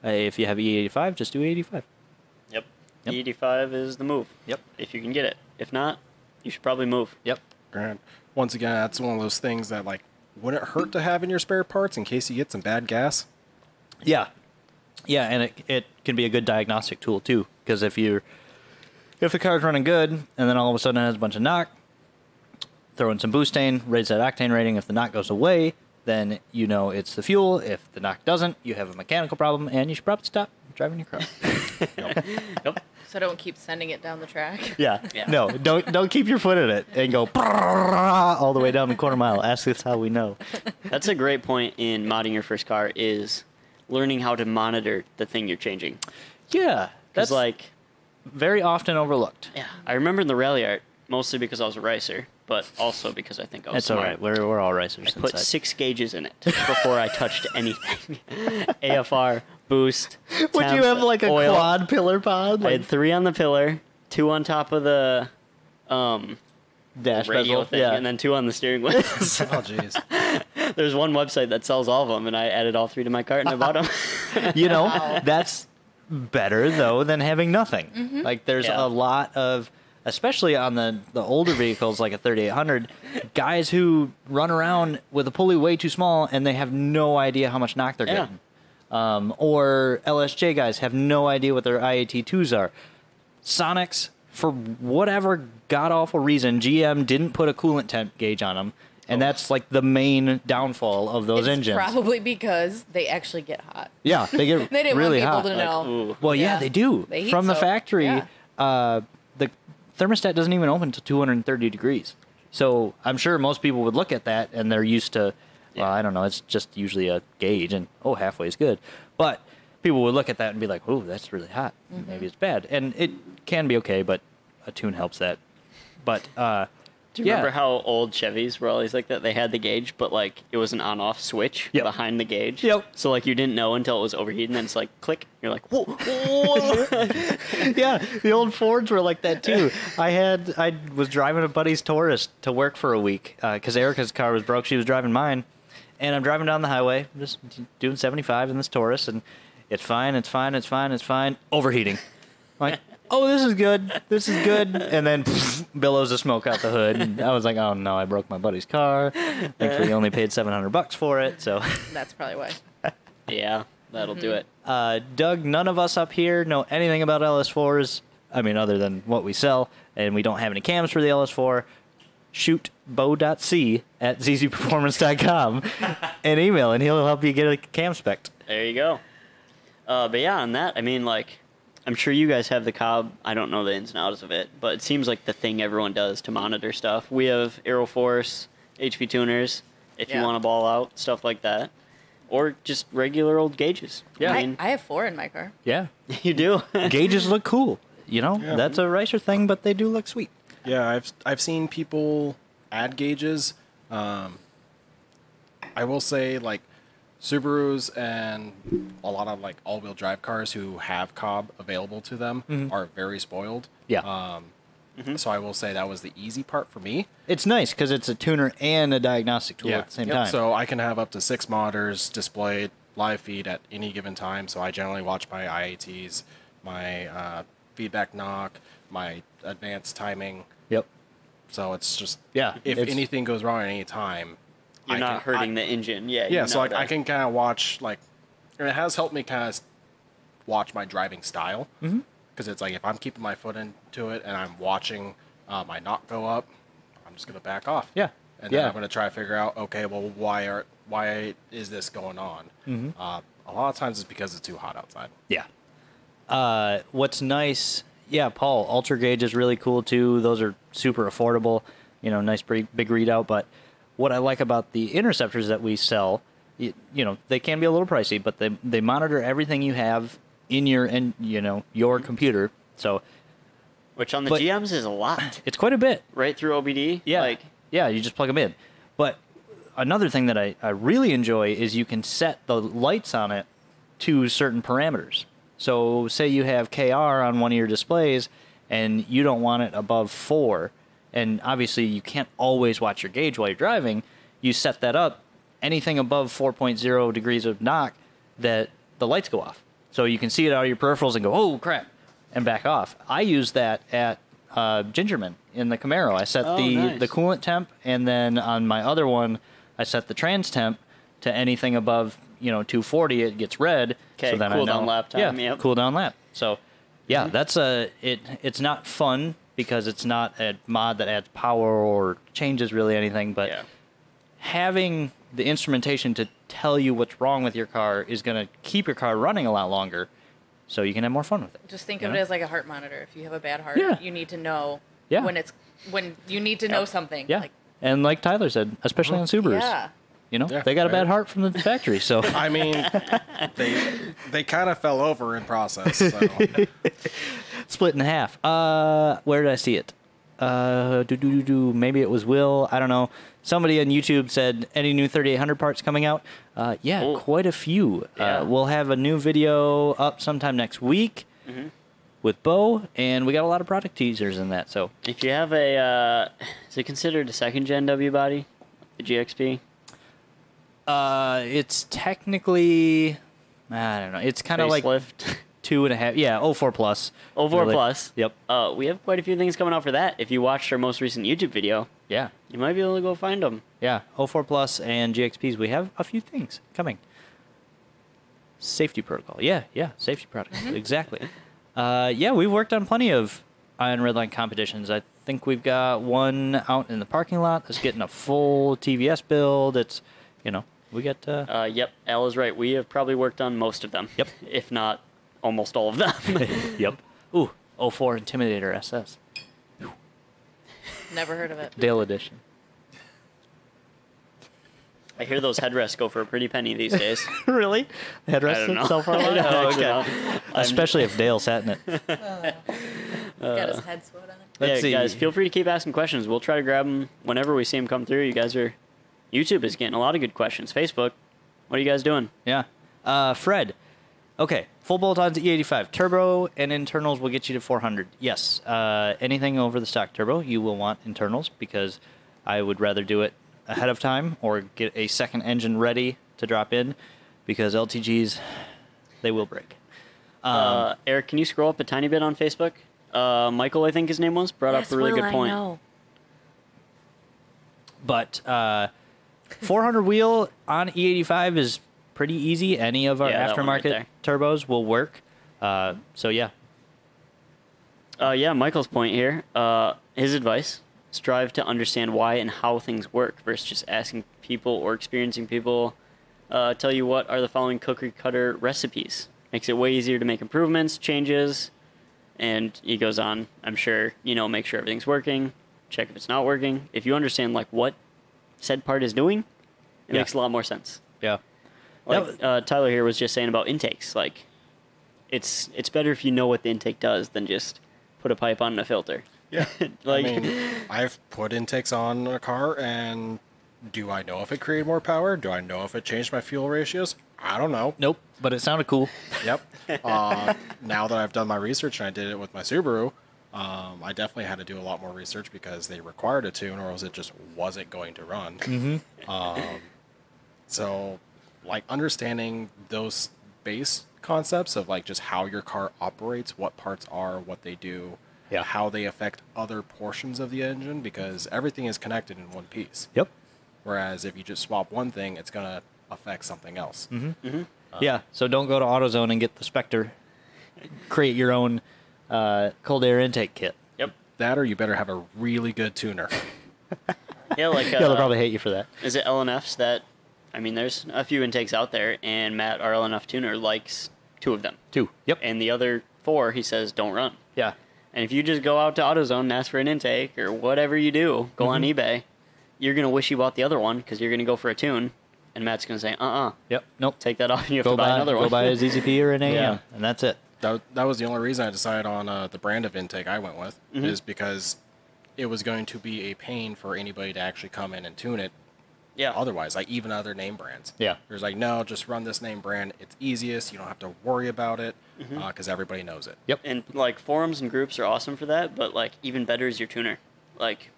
C: Uh, if you have E85, just do E E85.
A: yep.
C: Yep.
A: E85 is the move.
C: Yep.
A: If you can get it. If not, you should probably move. *laughs*
C: Yep.
D: Grant. Once again, that's one of those things that like wouldn't hurt to have in your spare parts in case you get some bad gas. *laughs*
C: Yeah. Yeah, and it it can be a good diagnostic tool too, because if you're if the car's running good and then all of a sudden it has a bunch of knock, throw in some boostane, raise that octane rating. If the knock goes away, then you know it's the fuel. If the knock doesn't, you have a mechanical problem, and you should probably stop driving your car.
A: Yep.
B: So don't keep sending it down the track.
C: Yeah.
A: Yeah.
C: No, don't don't keep your foot in it and go all the way down the quarter mile. Ask us how we know.
A: That's a great point in modding your first car is learning how to monitor the thing you're changing.
C: Yeah,
A: Because like,
C: very often overlooked.
A: yeah, I remember in the rally art mostly because I was a ricer, but also because I think I was.
C: That's all
A: smart.
C: right. We're we're all racers
A: put
C: inside.
A: six gauges in
C: *laughs*
A: it before I touched anything. AFR, boost. temp, oil.
C: pillar pod?
A: I had three on the pillar, two on top of the um,
C: dash
A: radio thing, and then two on the steering
C: *laughs*
A: wheel.
D: Oh jeez.
A: There's one website that sells all of them, and I added all three to my cart and I
C: *laughs*
A: bought them.
C: you know that's better though than having nothing like there's
A: Yeah.
C: a lot of especially on the the older vehicles like a 3800 guys who run around with a pulley way too small and they have no idea how much knock they're
A: Yeah.
C: getting um, or lsj guys have no idea what their iat2s are sonics for whatever god awful reason gm didn't put a coolant temp gauge on them and that's like the main downfall of those
B: It's
C: engines
B: probably because they actually get hot.
C: yeah they
B: *laughs*
C: get
B: They didn't
C: really
B: want
C: hot
B: people to
A: Like,
B: know.
A: ooh.
C: well, yeah,
B: Yeah.
C: they do.
B: They heat
C: From the
B: soak,
C: factory,
B: yeah.
C: uh, the thermostat doesn't even open until 230 degrees. So I'm sure most people would look at that and they're used to, well, I don't know, it's just usually a gauge and, oh, halfway is good. But people would look at that and be like, oh, that's really hot.
B: Mm-hmm.
C: Maybe it's bad. And it can be okay, but a tune helps that. But, uh,
A: Do you
C: yeah.
A: remember how old Chevys were always like that? They had the gauge, but like it was an on-off switch
C: Yep.
A: behind the gauge.
C: Yep.
A: So like you didn't know until it was overheating, and then it's like click. You're like, whoa, whoa.
C: *laughs* yeah, the old Fords were like that too. I had I was driving a buddy's Taurus to work for a week because Erica's car was broke. She was driving mine, and I'm driving down the highway, just doing 75 in this Taurus, and it's fine, it's fine, it's fine, it's fine. Overheating. I'm like, oh, this is good, this is good, and then *laughs* billows of smoke out the hood. And I was like, oh no, I broke my buddy's car. Thankfully, he only paid 700 bucks for it, so.
B: That's probably why.
A: yeah, that'll do it.
C: Uh, Doug, none of us up here know anything about LS4s. I mean, other than what we sell, and we don't have any cams for the LS4. Shoot bo.c at zzperformance.com and email, and he'll help you get a cam spec.
A: There you go. Uh, but yeah, on that, I mean, like, I'm sure you guys have the Cobb. I don't know the ins and outs of it, but it seems like the thing everyone does to monitor stuff. We have Aeroforce, HP tuners, if you
B: Yeah.
A: want to ball out, stuff like that, or just regular old gauges.
C: Yeah.
A: I
B: I,
A: mean, *laughs*
B: I have four in my car.
C: Yeah.
A: you do.
C: *laughs* Gauges look cool. You know,
D: Yeah.
C: that's a racer thing, but they do look sweet.
D: Yeah, I've I've seen people add gauges. Um, I will say like Subarus and a lot of like all-wheel drive cars who have cob available to them are very spoiled.
C: Mm-hmm. Yeah.
D: Um, So I will say that was the easy part for me.
C: It's nice because it's a tuner and a diagnostic tool at the same
D: Yep,
C: time.
D: So I can have up to six monitors displayed live feed at any given time. So I generally watch my IATs, my uh, feedback knock, my advanced timing.
C: yep.
D: So it's just
C: Yeah,
D: If
C: it's-
D: anything goes wrong at any time,
A: You're
D: I
A: not
D: can-
A: hurting
D: I-
A: the engine. Yeah.
D: yeah,
A: you're
D: so
A: not
D: I, I
A: there.
D: can kind of watch like, and it has helped me kind of watch my driving style
C: Mm-hmm.
D: because it's like if I'm keeping my foot into it and I'm watching uh, my knock go up, I'm just gonna back off.
C: Yeah,
D: and
C: yeah.
D: then I'm gonna try to figure out okay, well why are why is this going on?
C: Mm-hmm.
D: Uh, a lot of times it's because it's too hot outside.
C: Yeah. Uh, what's nice, yeah, Paul, Ultra Gauge is really cool too. Those are super affordable, you know, nice pretty big readout. But what I like about the interceptors that we sell, you, you know, they can be a little pricey, but they, they monitor everything you have in your, and you know, your computer. So
A: Which on the
C: but-
A: GMs is a
D: *laughs*
A: lot.
C: it's quite a bit.
A: Right through OBD.
C: Yeah.
A: Like
C: yeah, you just plug them in. But another thing that I, I really enjoy is you can set the lights on it to certain parameters. So, say you have KR on one of your displays and you don't want it above four, and obviously you can't always watch your gauge while you're driving, you set that up. Anything above 4.0 degrees of knock, that the lights go off. So you can see it out of your peripherals and go, oh crap, and back off. I use that at uh, Gingerman in the Camaro. I set
A: Oh,
C: the,
A: nice.
C: the coolant temp, and then on my other one, I set the trans temp to anything above you know 240, it gets red.
A: Okay,
C: then I
A: cool down
C: know-
A: lap time,
C: Yeah,
A: yep. Mm-hmm.
C: cool down lap. So yeah, that's a it. It's not fun because it's not a mod that adds power or changes really anything, but
A: yeah.
C: having the instrumentation to tell you what's wrong with your car is going to keep your car running a lot longer so you can have more fun with it.
B: Just think
C: you
B: of
C: know?
B: it as like a heart monitor. If you have a bad heart,
C: Yeah.
B: you need to know
C: Yeah.
B: when it's when you need to know something.
C: Yeah.
B: Like,
C: and like Tyler said, especially on Subarus.
B: yeah.
C: You know,
D: Yeah,
C: they got a bad
D: right.
C: heart from the
A: *laughs*
C: factory, so *laughs*
D: I mean, they they kind of fell over in process. So.
C: split in half. Uh, where did I see it? Uh, do do do do. Maybe it was Will. I don't know. Somebody on YouTube said any new 3800 parts coming out. Uh, yeah,
A: Oh.
C: quite a few.
A: Yeah.
C: Uh, we'll have a new video up sometime next week
A: Mm-hmm.
C: with Bo, and we got a lot of product teasers in that. So
A: If you have a, uh, is it considered a second gen W body? The GXP.
C: uh, it's technically, I don't know. It's kind of like
A: Facelift. *laughs*
C: two and a half. Yeah, 04 plus.
A: 04
C: Really.
A: plus.
C: Yep.
A: Uh, we have quite a few things coming out for that. If you watched our most recent YouTube video,
C: Yeah.
A: you might be able to go find them.
C: Yeah, 04 plus and GXPs. We have a few things coming. Safety protocol. Yeah, yeah, safety protocol.
A: Mm-hmm.
C: Exactly. Uh, yeah, we've worked on plenty of iron red line competitions. I think we've got one out in the parking lot that's getting a full TVS build. It's, you know, we got. Uh,
A: Uh, yep, Al is right. We have probably worked on most of them.
C: Yep.
A: If not almost all of them. *laughs*
C: yep. Ooh, 04 Intimidator SS
B: Never heard of it.
A: *laughs*
C: Dale edition.
A: I hear those headrests go for a pretty penny
C: *laughs*
A: these days.
C: really?
A: I don't know. *laughs*
C: Headrest itself on
A: I
C: it?
A: don't
C: Oh,
A: actually
C: okay.
A: know. I'm-
C: Especially if Dale sat
A: *laughs*
C: in it.
B: It's got his head sewed on it.
A: yeah,
C: Let's see.
A: guys, feel free to keep asking questions. We'll try to grab them whenever we see them come through. You guys are, YouTube is getting a lot of good questions. Facebook, what are you guys doing?
C: Yeah. Uh, Fred. Okay. Full bolt on to E85. Turbo and internals will get you to 400. Yes. Uh, anything over the stock turbo, you will want internals because I would rather do it ahead of time or get a second engine ready to drop in because LTGs, they will break. Um,
A: uh, Eric, can you scroll up a tiny bit on Facebook? Uh, Michael, I think his name was, brought up a really good point.
C: but uh, 400 wheel on E85 is pretty easy. Any of our
A: Yeah, that one right
C: aftermarket
A: there.
C: turbos will work. Uh, so yeah,
A: Uh, yeah, Michael's point here. Uh, his advice: strive to understand why and how things work versus just asking people or experiencing people uh, tell you what are the following cookie cutter recipes. Makes it way easier to make improvements, changes, and he goes on. I'm sure you know. Make sure everything's working. Check if it's not working. If you understand like what said part is doing, It
C: Yeah.
A: makes a lot more sense.
C: Yeah.
A: Like
C: That
A: uh, Tyler here was just saying about intakes. Like, it's it's better if you know what the intake does than just put a pipe on and a filter. *laughs*
E: Yeah.
A: Like,
D: I mean, I've put intakes on a car, and do I know if it created more power? Do I know if it changed my fuel ratios? I don't know.
C: Nope. But it sounded cool.
D: Yep. Uh, now that I've done my research and I did it with my Subaru, um, I definitely had to do a lot more research because they required a tune, or else it just wasn't going to run. Um, so, like understanding those base concepts of like just how your car operates, what parts are, what they do,
C: Yeah.
D: how they affect other portions of the engine, because everything is connected in one piece.
C: Yep.
D: Whereas if you just swap one thing, it's gonna affect something else.
C: yeah. So don't go to AutoZone and get the Spectre. Create your own uh, cold air intake kit.
A: yep.
D: That, or you better have a really good tuner.
A: Yeah, like uh,
C: *laughs* yeah, they'll probably hate you for that.
A: is it LNFs that? I mean, there's a few intakes out there, and Matt, our LNF tuner, likes two of them,
C: Two. Yep.
A: and the other four he says don't run.
C: yeah.
A: And if you just go out to AutoZone and ask for an intake or whatever you do, go on
C: Mm-hmm.
A: eBay, you're gonna wish you bought the other one because you're gonna go for a tune, and Matt's gonna say, "Uh, uh
C: Yep. Nope.
A: take that off, and you have
C: go
A: to buy,
C: buy
A: another
C: go
A: one."
C: buy
A: *laughs*
C: a ZZP or an AM,
A: Yeah.
C: and that's it.
D: that, that was the only reason I decided on uh, the brand of intake I went with
C: Mm-hmm.
D: is because it was going to be a pain for anybody to actually come in and tune it.
A: yeah,
D: Otherwise, like even other name brands.
C: Yeah.
D: there's like no, just run this name brand. It's easiest. You don't have to worry about it because everybody knows it.
C: Mm-hmm. Yep.
A: and like forums and groups are awesome for that but like even better is your tuner like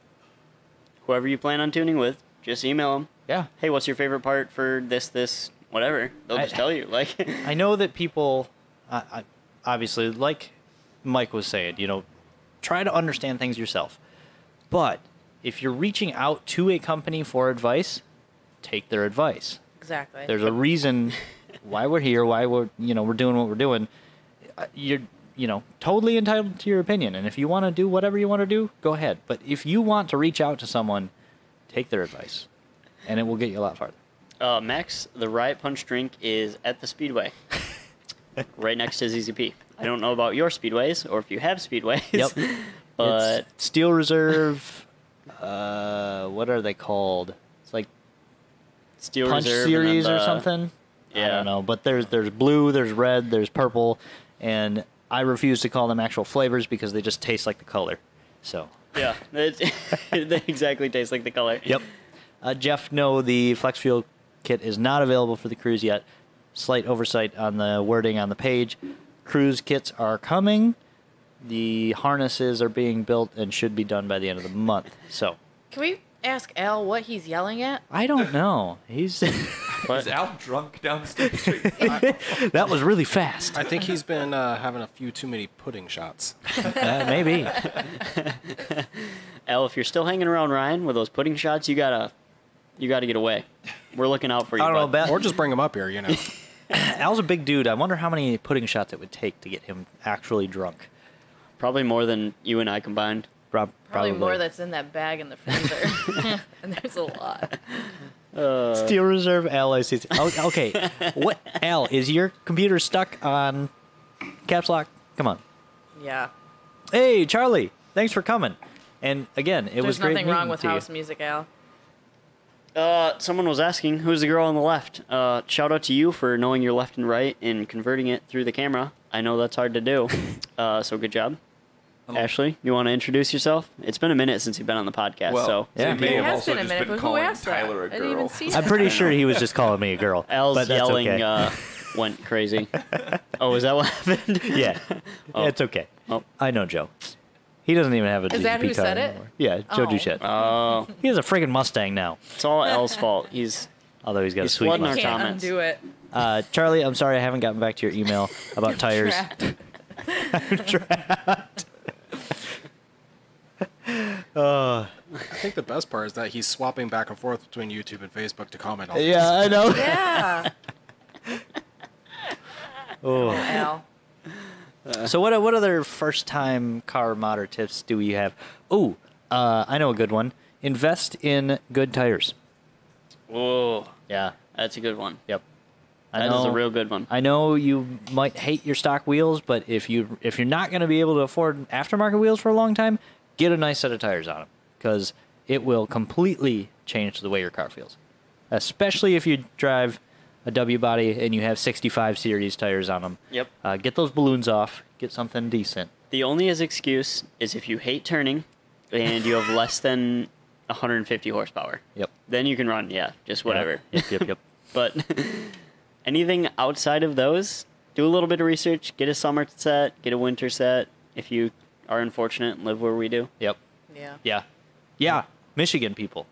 A: whoever you plan on tuning with just email them
C: Yeah.
A: hey what's your favorite part for this this whatever they'll
C: I-
A: just
C: *laughs*
A: tell you like
C: I know that people, I, I, obviously, like Mike was saying, you know, try to understand things yourself. But if you're reaching out to a company for advice, take their advice.
B: Exactly.
C: There's a reason why we're here, why we're you know we're doing what we're doing. Uh, You're you know totally entitled to your opinion, and if you want to do whatever you want to do, go ahead. But if you want to reach out to someone, take their advice, and it will get you a lot farther.
A: uh, max the riot punch drink is at the
C: *laughs*
A: speedway right next to zzp i don't know about your speedways or if you have speedways
C: Yep.
A: *laughs* but
C: it's Steel Reserve. *laughs* uh, what are they called? It's like
A: steel
C: Punch
A: reserve and then
C: Series or
A: the-
C: something. I
A: Yeah.
C: don't know, but there's there's blue, there's red, there's purple, and I refuse to call them actual flavors because they just taste like the color. So.
A: yeah *laughs* it's- they exactly taste like the color
C: Yep. Uh, Jeff, no, the flex fuel kit is not available for the cruise yet. Slight oversight on the wording on the page. Cruise kits are coming. The harnesses are being built and should be done by the end of the month. So
B: Can we ask Al what he's yelling at?
C: I don't know. He's *laughs*
E: Is Al drunk downstairs?
C: that was really fast.
D: I think he's been uh, having a few too many pudding
C: *laughs*
D: shots.
C: Uh,
A: *laughs*
C: maybe.
A: Al, if you're still hanging around Ryan with those pudding shots, you gotta, you gotta get away. We're looking out
C: *laughs*
A: for you.
C: I don't know.
A: bud.
C: Beth,
D: or just bring him up here, you know.
C: Al's a big dude. I wonder how many pudding shots it would take to get him actually drunk.
A: Probably more than you and I combined.
C: Prob-
B: Probably, more that's in that bag in the freezer. *laughs* and there's a lot.
A: Uh,
C: Steel Reserve LICC.
A: *laughs*
C: Oh, okay, what L is your computer stuck on? Caps lock. Come on.
B: Yeah.
C: Hey, Charlie. Thanks for coming. And again, it was
B: there's
C: great
B: nothing wrong
C: meeting
B: with
C: to you.
B: house music, Al.
A: Uh, someone was asking, who's the girl on the left? Uh, shout out to you for knowing your left and right and converting it through the camera. I know that's hard to
C: *laughs*
A: do. Uh, so good job.
C: Um,
A: Ashley, you want to introduce yourself? It's been a minute since you've been on the podcast,
E: Well,
A: so
C: Yeah.
E: they may
B: It
E: have
B: has
E: also
B: been a
E: just
B: minute,
E: been
B: but who
E: calling
B: asked that?
E: Tyler
B: I
E: a
B: didn't even
E: girl. *laughs*
B: see
C: I'm
B: that. *laughs*
C: pretty sure he was just calling me a girl. but
A: *laughs* Al's
C: that's
A: yelling
C: okay.
A: uh, went crazy. oh, is that what happened?
C: *laughs* yeah, it's okay.
A: Oh.
C: I know Joe. He doesn't even have a.
B: Is that who
C: DGP card
B: said it?
C: anymore. Yeah, Joe
B: Oh.
C: Duchette.
A: *laughs* Oh,
C: he has a friggin' Mustang now,
A: it's all Al's fault. He's
C: although he's got
A: He's
C: a sweet
A: flooding our
C: Mustang.
B: Can't
A: comments.
B: undo it.
C: Uh, Charlie, I'm sorry I haven't gotten back to your email about tires.
B: Trapped.
C: *laughs*
D: I think the best part is that he's swapping back and forth between YouTube and Facebook to comment on.
C: Yeah, I know.
B: *laughs* Yeah.
C: Oh.
B: Al.
C: So what what other first time car modder tips do we have? Oh, uh, I know a good one. Invest in good tires.
A: whoa.
C: Yeah.
A: That's a good one.
C: Yep. I
A: That is a
C: know-
A: real good one.
C: I know you might hate your stock wheels, but if you if you're not going to be able to afford aftermarket wheels for a long time, get a nice set of tires on them because it will completely change the way your car feels. especially if you drive a W body and you have 65 series tires on them.
A: Yep.
C: Uh, get those balloons off. Get something decent.
A: The only is excuse is if you hate turning and you have less than 150 horsepower.
C: Yep.
A: Then you can run, yeah, just
C: *laughs*
A: whatever.
C: Yep. Yep.
A: *laughs*
C: Yep.
A: But anything outside of those, do a little bit of research, get a summer set, get a winter set if you are unfortunate and live where we do.
C: yep.
F: Yeah.
C: Yeah. Yeah. Michigan
A: *laughs*
C: people.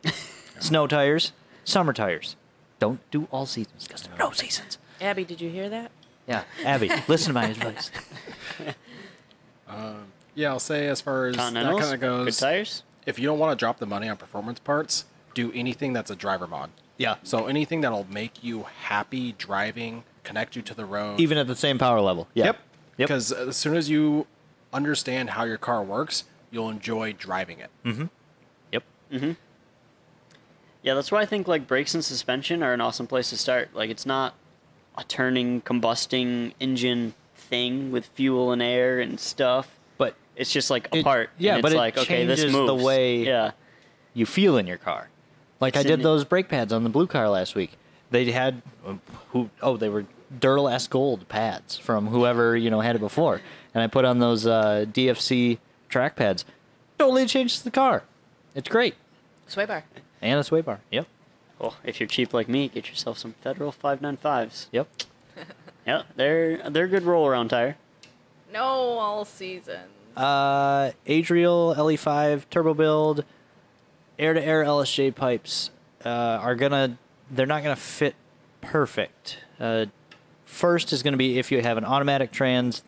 C: Snow tires, summer tires. Don't do all seasons because there are no seasons.
F: Abby, did you hear that?
C: Yeah. *laughs* Abby, listen to my advice.
D: Yeah, I'll say as far as that
A: Continentals,
D: kind of
A: good
D: goes.
A: tires.
D: If you don't want to drop the money on performance parts, do anything that's a driver mod.
C: Yeah. So
D: So anything that'll make you happy driving, connect you to the road.
C: even at the same power level. Yeah.
D: Yep.
C: Yep.
D: Because as soon as you understand how your car works, you'll enjoy driving it.
C: Hmm. Yep.
A: Yeah, that's why I think like brakes and suspension are an awesome place to start. Like it's not a turning, combusting engine thing with fuel and air and stuff.
C: But
A: It's just like a
C: It-
A: part. and
C: yeah,
A: it's
C: but it
A: like okay, this
C: changes the
A: moves.
C: way-
A: Yeah,
C: you feel in your car. Like
A: It's
C: I did
A: in-
C: those brake pads on the blue car last week. They had uh, who? Oh, they were Duralast Gold pads from whoever you know had it before, and I put on those uh, DFC track pads. Totally changes the car. It's great,
F: Sway bar.
C: and it's way bar. Yep,
A: Well, if you're cheap like me, get yourself some Federal 595s.
C: yep.
A: Yeah, they're they're a good roll around
C: *laughs*
A: tire.
G: No all
B: *laughs*
G: seasons.
C: Uh, Adriel LE5 turbo build, air to air LSJ pipes uh, are gonna. They're not gonna fit perfect. Uh, first is gonna be if you have an automatic trans,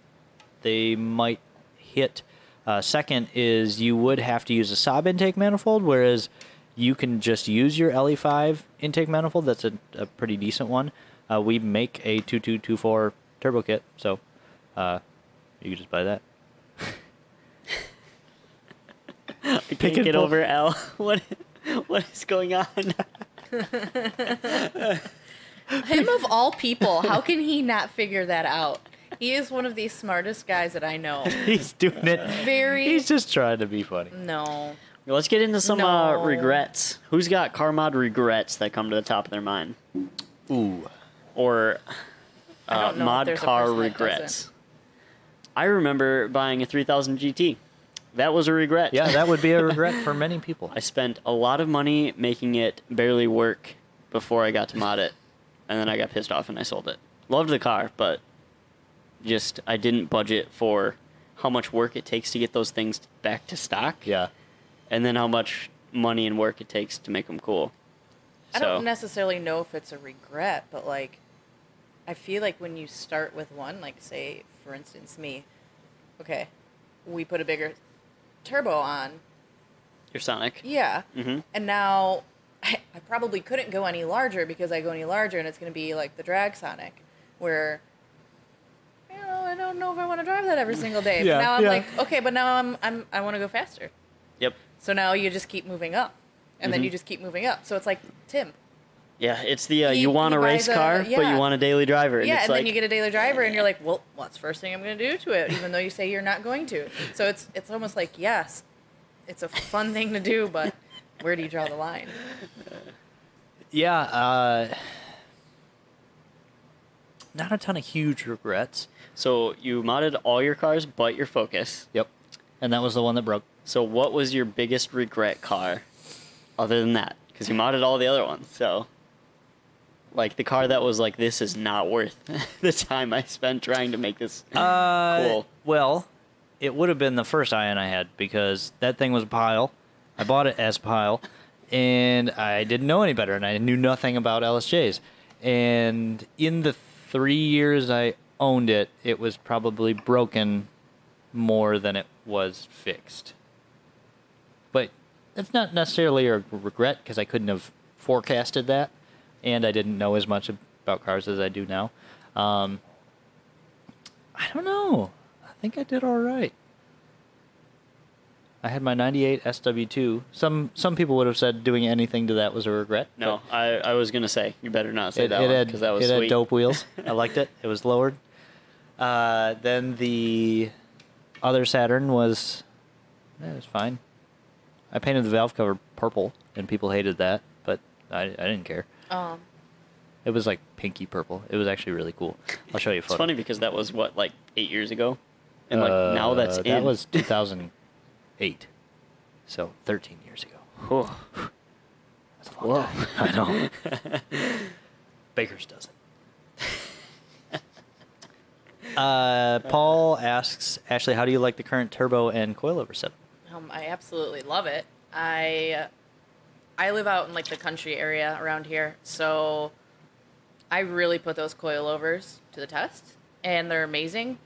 C: they might hit. Uh, second is you would have to use a Saab intake manifold, whereas you can just use your LE5 intake manifold. That's a, a pretty decent one. Uh, we make a 2224 turbo kit, so uh, you can just buy that.
A: I can't
C: and
A: get
C: pull.
A: over L. *laughs* What what is going
C: *laughs*
A: on?
F: Him of all people, how can he not figure that out? He is one of the smartest guys that I know.
C: He's doing it.
F: Very
C: He's just trying to be funny.
F: no.
A: Let's get into some uh,
F: No.
A: regrets. Who's got car mod regrets that come to the top of their mind? Ooh. Or
F: I
A: uh,
F: don't know if
A: mod
F: there's a
A: car
F: person that
A: regrets.
F: doesn't.
A: I remember buying a 3000 GT. That was a regret.
C: Yeah, that would be a regret for many people.
A: I spent a lot of money making it barely work before I got to mod it, and then I got pissed off and I sold it. Loved the car, but just I didn't budget for how much work it takes to get those things back to stock,
C: Yeah.
A: and then how much money and work it takes to make them cool.
F: I
A: So-
F: don't necessarily know if it's a regret, but like, I feel like when you start with one, like say for instance me, okay, we put a bigger turbo on,
A: Your Sonic.
F: yeah,
A: Mhm.
F: and now *laughs* I, I probably couldn't go any larger because I go any larger and it's gonna be like the drag Sonic, where. you know, I don't know if I want to drive that every single day.
C: Yeah,
F: but now I'm
C: yeah.
F: like, okay, but now I'm, I'm I want to go faster.
A: Yep.
F: So now you just keep moving up, and
C: Mm-hmm.
F: then you just keep moving up. So it's like Tim.
A: Yeah, it's the uh,
F: He-
A: you want
F: he
A: a race
F: buys a-
A: car, but
F: yeah.
A: you want a daily driver. And
F: yeah,
A: it's
F: and
A: like,
F: then you get a daily driver, and you're like, well, what's first thing I'm going to do to it? Even though you say you're not going to. So it's it's almost like yes, it's a fun thing to do, but where do you draw the line?
C: Yeah. Uh, not a ton of huge regrets.
A: so you modded all your cars but your Focus.
C: Yep. And that was the one that broke.
A: So what was your biggest regret car, other than that? Because you modded all the other ones, so. Like the car that was like this is not worth *laughs* the time I spent trying to make this
C: Uh,
A: cool.
C: Well, it would have been the first iron I had because that thing was a pile. I bought it as a pile, and I didn't know any better, and I knew nothing about LSJs. And in the three years I owned it, it was probably broken more than it was fixed. But that's not necessarily a regret because I couldn't have forecasted that, and I didn't know as much about cars as I do now. Um, I don't know. I think I did all right. I had my 98 SW2. Some some people would have said doing anything to that was a regret.
A: No, I, I was gonna say you better not say
C: It,
A: that
C: it
A: one,
C: had
A: 'cause that was
C: it
A: sweet.
C: had
A: *laughs*
C: dope wheels. *laughs* I liked it. It was lowered. Uh, then the other Saturn was yeah, it was fine. I painted the valve cover purple and people hated that, but I I didn't care.
B: Um,
C: It was like pinky purple. It was actually really cool. I'll show you a
A: It's
C: photo.
A: funny because that was what like eight years ago, and like now that's
C: Uh,
A: in.
C: that was
A: *laughs*
C: 2008, so 13 years ago.
A: Whew.
C: That's a long time. *laughs* I know. Baker's doesn't. Uh, Paul asks Ashley, "How do you like the current turbo and coilover setup?"
F: Um, I absolutely love it. I I live out in like the country area around here, so I really put those coilovers to the test, and they're amazing.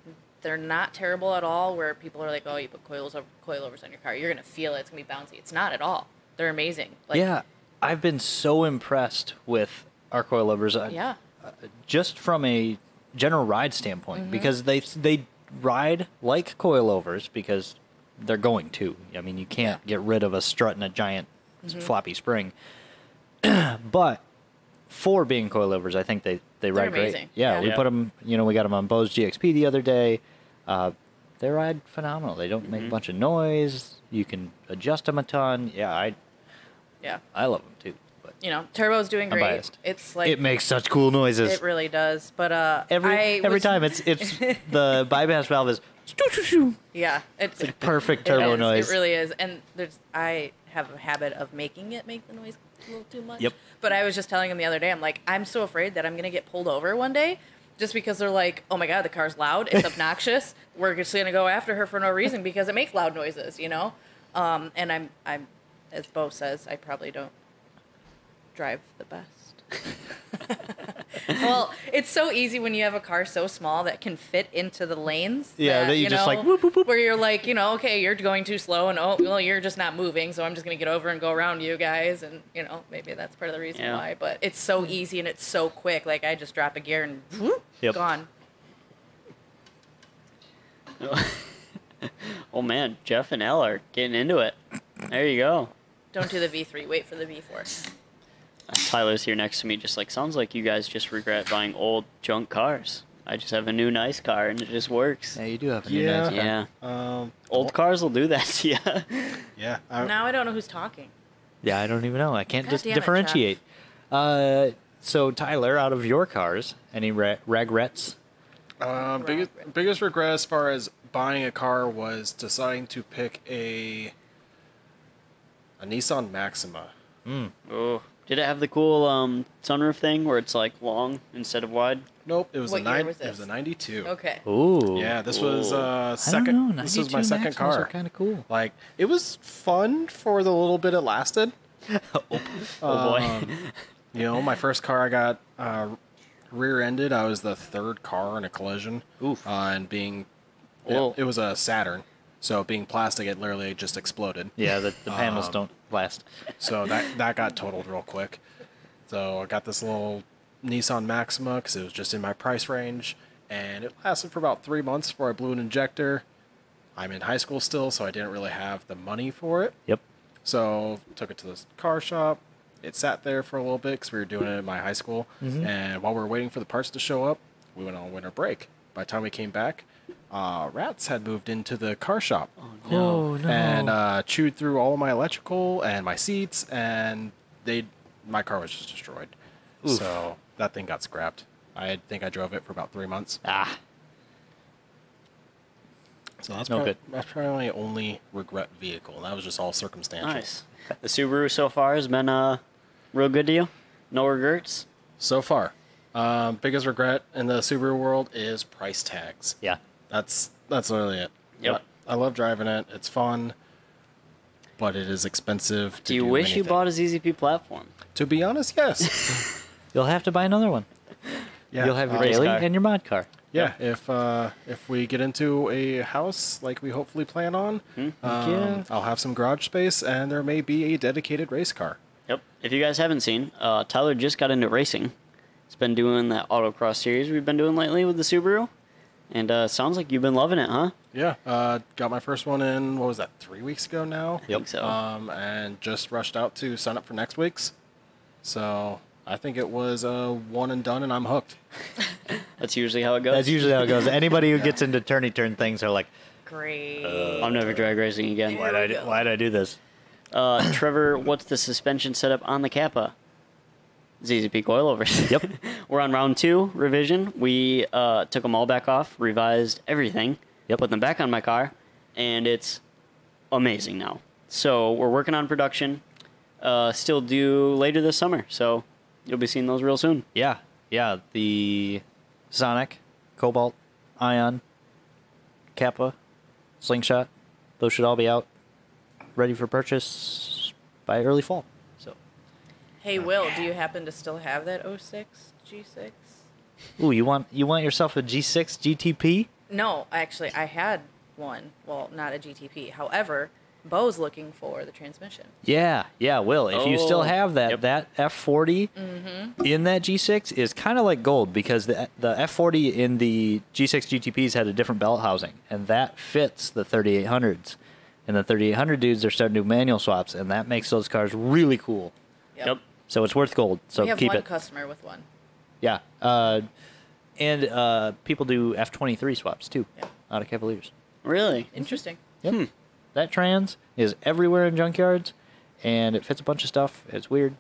F: They're not terrible at all. Where people are like, "Oh, you put coils over, coilovers on your car, you're gonna feel it. It's gonna be bouncy." It's not at all. They're amazing. Like,
C: yeah, I've been so impressed with our coilovers. I-
F: yeah,
C: just from a general ride standpoint
F: Mm-hmm.
C: because they they ride like coilovers because they're going to. I mean, you can't get rid of a strut and a giant s-
F: Mm-hmm.
C: floppy spring. *clears throat* but for being coilovers, I think they they
F: They're
C: ride great.
F: amazing.
C: Yeah,
F: Yeah.
C: we
A: Yeah.
C: put them. You know, we got them on Bose GXP the other day. Uh, they ride phenomenal. They don't make a bunch of noise. You can adjust them a ton. Yeah, I
F: yeah.
C: I love them too. But
F: You know, turbo's doing
C: I'm
F: great.
C: biased.
F: It's like
C: it makes such cool noises.
F: it really does. But uh,
C: Every
F: I
C: every
F: was-
C: time it's
F: *laughs*
C: it's the bypass valve is
F: yeah, it's
C: perfect
F: It
C: turbo
F: is.
C: noise.
F: It really is. And there's I have a habit of making it make the noise a little too much.
C: Yep.
F: But I was just telling him the other day, I'm like, I'm so afraid that I'm gonna get pulled over one day just because they're like, Oh my god, the car's loud,
C: *laughs*
F: it's obnoxious. We're just gonna go after her for no reason because it makes loud noises, you know? Um, and I'm I'm as Bo says, I probably don't drive the best. *laughs* well, it's so easy when you have a car so small that can fit into the lanes.
C: Yeah, that you just, like, whoop, whoop, whoop.
F: where you're like, you know, okay, you're going too slow, and oh, well, you're just not moving, so I'm just gonna get over and go around you guys, and you know, maybe that's part of the reason
A: Yeah.
F: why. But it's so easy and it's so quick. Like I just drop a gear and whoop,
C: Yep.
F: gone.
A: *laughs* oh man, Jeff and Elle are getting into it. There you go.
F: Don't do the V3. Wait for the V4.
A: Tyler's here next to me, just like sounds like you guys just regret buying old junk cars. I just have a new nice car and it just works.
C: Yeah, you do have a
D: new Yeah. nice
A: Yeah,
D: Um,
A: old cars will do that. to ya. *laughs*
D: yeah. I,
F: Now I don't know who's talking.
C: Yeah, I don't even know. I can't
F: God
C: just
F: damn it,
C: differentiate. uh, so Tyler, out of your cars, any ra- regrets?
D: Um, biggest biggest regret as far as buying a car was deciding to pick a a Nissan Maxima.
A: oh, did it have the cool um, sunroof thing where it's like long instead of wide?
D: Nope, it was
F: What
D: a
F: year
D: nine.
F: was
D: it was
F: this?
D: a '92.
F: Okay.
C: Ooh,
D: Yeah, this was uh,
C: I don't
D: second.
C: know,
D: this was my
C: 92
D: second
C: Maximas are
D: car.
C: Kind of cool.
D: Like it was fun for the little bit it lasted.
A: Oh boy.
D: You know, my first car I got uh, rear-ended. I was the third car in a collision.
C: Oof.
D: Uh, and being,
A: Whoa.
D: it, it was a Saturn, so being plastic, it literally just exploded.
C: Yeah, the, the panels
D: Um,
C: don't last.
D: So that that got totaled real quick. So I got this little Nissan Maxima because it was just in my price range, and it lasted for about three months before I blew an injector. I'm in high school still, so I didn't really have the money for it.
C: Yep.
D: So took it to this car shop. It sat there for a little bit because we were doing it at my high school.
C: Mm-hmm.
D: And while we were waiting for the parts to show up, we went on winter break. By the time we came back, uh, rats had moved into the car shop
C: Oh no.
D: and uh, chewed through all my electrical and my seats, and they my car was just destroyed. So that thing got scrapped. I think I drove it for about three months.
C: ah,
D: So that's
C: No
D: prob-
C: good.
D: That's probably my only regret vehicle. and That was just all
A: *laughs*
D: circumstantial.
A: Nice. The Subaru so far has been a real good deal. No regrets.
D: So far, um, biggest regret in the Subaru world is price tags.
C: yeah.
D: That's that's literally it.
A: Yep.
D: I love driving it. It's fun, but it is expensive. To
A: Do you wish you
D: anything.
A: bought a ZZP platform?
D: To be honest,
A: *laughs*
D: yes.
C: You'll have to buy another one.
D: yeah.
C: You'll have your
D: uh,
A: race
C: daily
A: car.
C: and your mod car.
D: Yeah, if uh, if we get into a house like we hopefully plan on,
A: Hmm.
D: um,
C: Yeah.
D: I'll have some garage space, and there may be a dedicated race car.
A: Yep. If you guys haven't seen, uh, Tyler just got into racing. He's been doing that autocross series we've been doing lately with the Subaru, and uh, sounds like you've been loving it, huh?
D: Yeah, uh, got my first one in what was that three weeks ago now?
A: Yep. think so.
D: Um, and just rushed out to sign up for next week's. So I think it was a one and done, and I'm hooked.
A: That's usually how it goes.
C: That's usually how it goes. Anybody who gets into turny turn things are like,
A: *laughs*
F: Great.
C: Uh,
A: I'm never drag racing again.
C: why did I do- why did I do this?
A: Uh, Trevor, what's the suspension setup on the Kappa? ZZP coilovers.
C: Yep.
A: *laughs* We're on round two revision. We uh, took them all back off, revised everything,
C: Yep.
A: put them back on my car, and it's amazing now. So we're working on production. Uh, still due later this summer, so you'll be seeing those real soon.
C: Yeah, yeah. The Sonic, Cobalt, Ion, Kappa, Slingshot. Those should all be out, ready for purchase by early fall. So,
F: Hey, Will, do you happen to still have that 06 G6?
C: ooh, you want you want yourself a G6 GTP?
F: No, actually, I had one. Well, not a GTP. However, Bo's looking for the transmission.
C: Yeah, yeah. Will if you still
A: Oh,
C: have that
A: yep.
C: that F40
F: Mm-hmm.
C: in that G6 is kind of like gold because the the F40 in the G6 GTPs had a different belt housing and that fits the 3800s. And the 3800 dudes are starting to do manual swaps and that makes those cars really cool. So it's worth gold. So
F: we have
C: keep
F: one
C: it.
F: customer with one.
C: yeah. Uh, and uh, people do F23 swaps too
F: Yeah.
C: out of Cavaliers.
A: Really?
F: Interesting.
C: Yep. That trans is everywhere in junkyards and it fits a bunch of stuff. It's weird.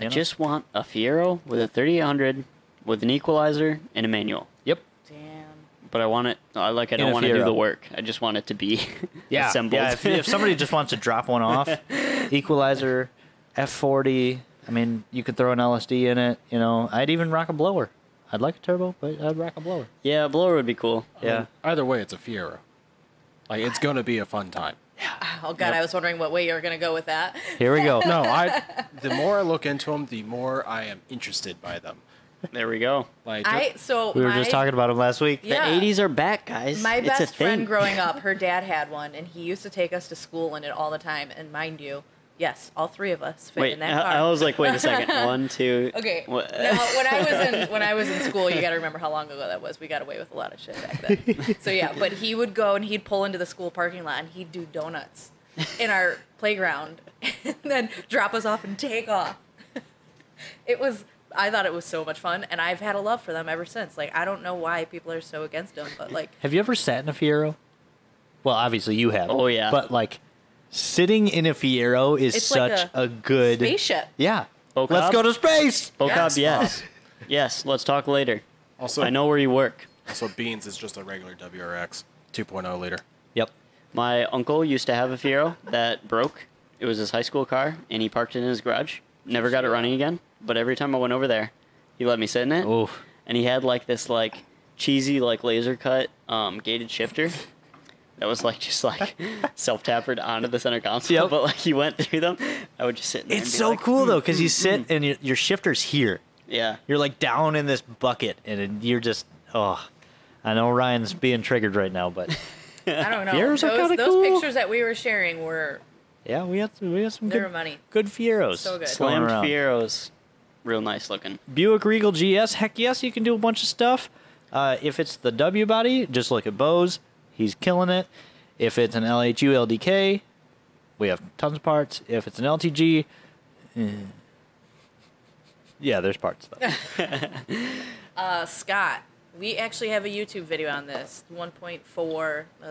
A: I
C: you know?
A: just want a Fiero with a 3800, with an equalizer and a manual.
C: Yep.
F: Damn.
A: But I want it. I like. I
C: And
A: don't
C: a
A: want to do
C: Fiero.
A: the work. I just want it to be *laughs*
C: Yeah.
A: assembled.
C: Yeah. If, if somebody just wants to drop one off, equalizer, F40. I mean, you could throw an LSD in it. You know, I'd even rock a blower. I'd like a turbo, but I'd rock a blower.
A: *laughs*
C: Um,
A: Yeah, a blower would be cool.
C: Yeah.
D: Either way, it's a Fiero. Like it's gonna be a fun time.
F: Oh, God, I was wondering what way you were going to go with that.
C: Here we go.
D: *laughs* No, I. The more I look into them, the more I am interested by them.
A: There we go.
D: Like
F: I, so
C: We were just
F: my-
C: talking about him last week.
F: Yeah.
A: The 80s are back, guys.
F: My
A: It's a
F: best friend
A: thing. *laughs*
F: growing up, her dad had one, and he used to take us to school in it all the time. And mind you, yes, all three of us fit
A: Wait,
F: in that
A: I-
F: car.
A: I was like, wait a
F: *laughs*
A: second. One, two.
F: okay.
A: what-
F: Now, when I was
C: *laughs*
F: in when I was in school, you got to remember how long ago that was. We got away with a lot of shit back then. so yeah, but he would go and he'd pull into the school parking lot and he'd do donuts in our playground, *laughs* and then drop us off and take off. *laughs* It was. I thought it was so much fun, and I've had a love for them ever since. Like I don't know why people are so against them, but like
C: Have you ever sat in a Fiero? Well, obviously you have.
A: Oh, yeah.
C: But like, sitting in a Fiero is
F: It's like
C: such
F: a
C: a, good
F: spaceship.
C: Yeah.
A: Bocab?
C: Let's go to space.
A: Bocab,
F: Yes.
A: yes. yes, let's talk later.
D: also,
A: I know where you work.
D: Also, Beans is just a regular WRX 2.0 liter.
C: Yep.
A: My uncle used to have a Fiero that broke. It was his high school car, and he parked it in his garage. Never got it running again. But every time I went over there, he let me sit in it.
C: Oh.
A: and he had like this like cheesy like laser cut um, gated shifter that was like just
C: *laughs*
A: like self tapered onto the center console.
C: Yep.
A: But like he went through them, I would just sit. In there
C: It's
A: and be
C: so
A: like, "Hmm,
C: cool though, because you sit and your, your shifter's here.
A: Yeah,
C: You're like down in this bucket, and it- you're just oh. I know Ryan's being triggered right now, but
F: I don't know.
C: Fieros are
F: those
C: kinda
F: those
C: cool.
F: pictures that we were sharing were
C: *laughs* yeah, we had some, we had some
F: they were
C: good
F: money.
C: good Fieros.
F: So good.
C: going
A: slammed
C: around.
A: Fieros, real nice looking.
C: Buick Regal GS, heck yes, you can do a bunch of stuff. Uh, if it's the W body, just look at Bose. He's killing it. If it's an LHU LDK, we have tons of parts. If it's an LTG, eh. yeah, there's parts
F: *laughs*
C: though.
F: Uh, Scott, we actually have a YouTube video on this 1.4 uh,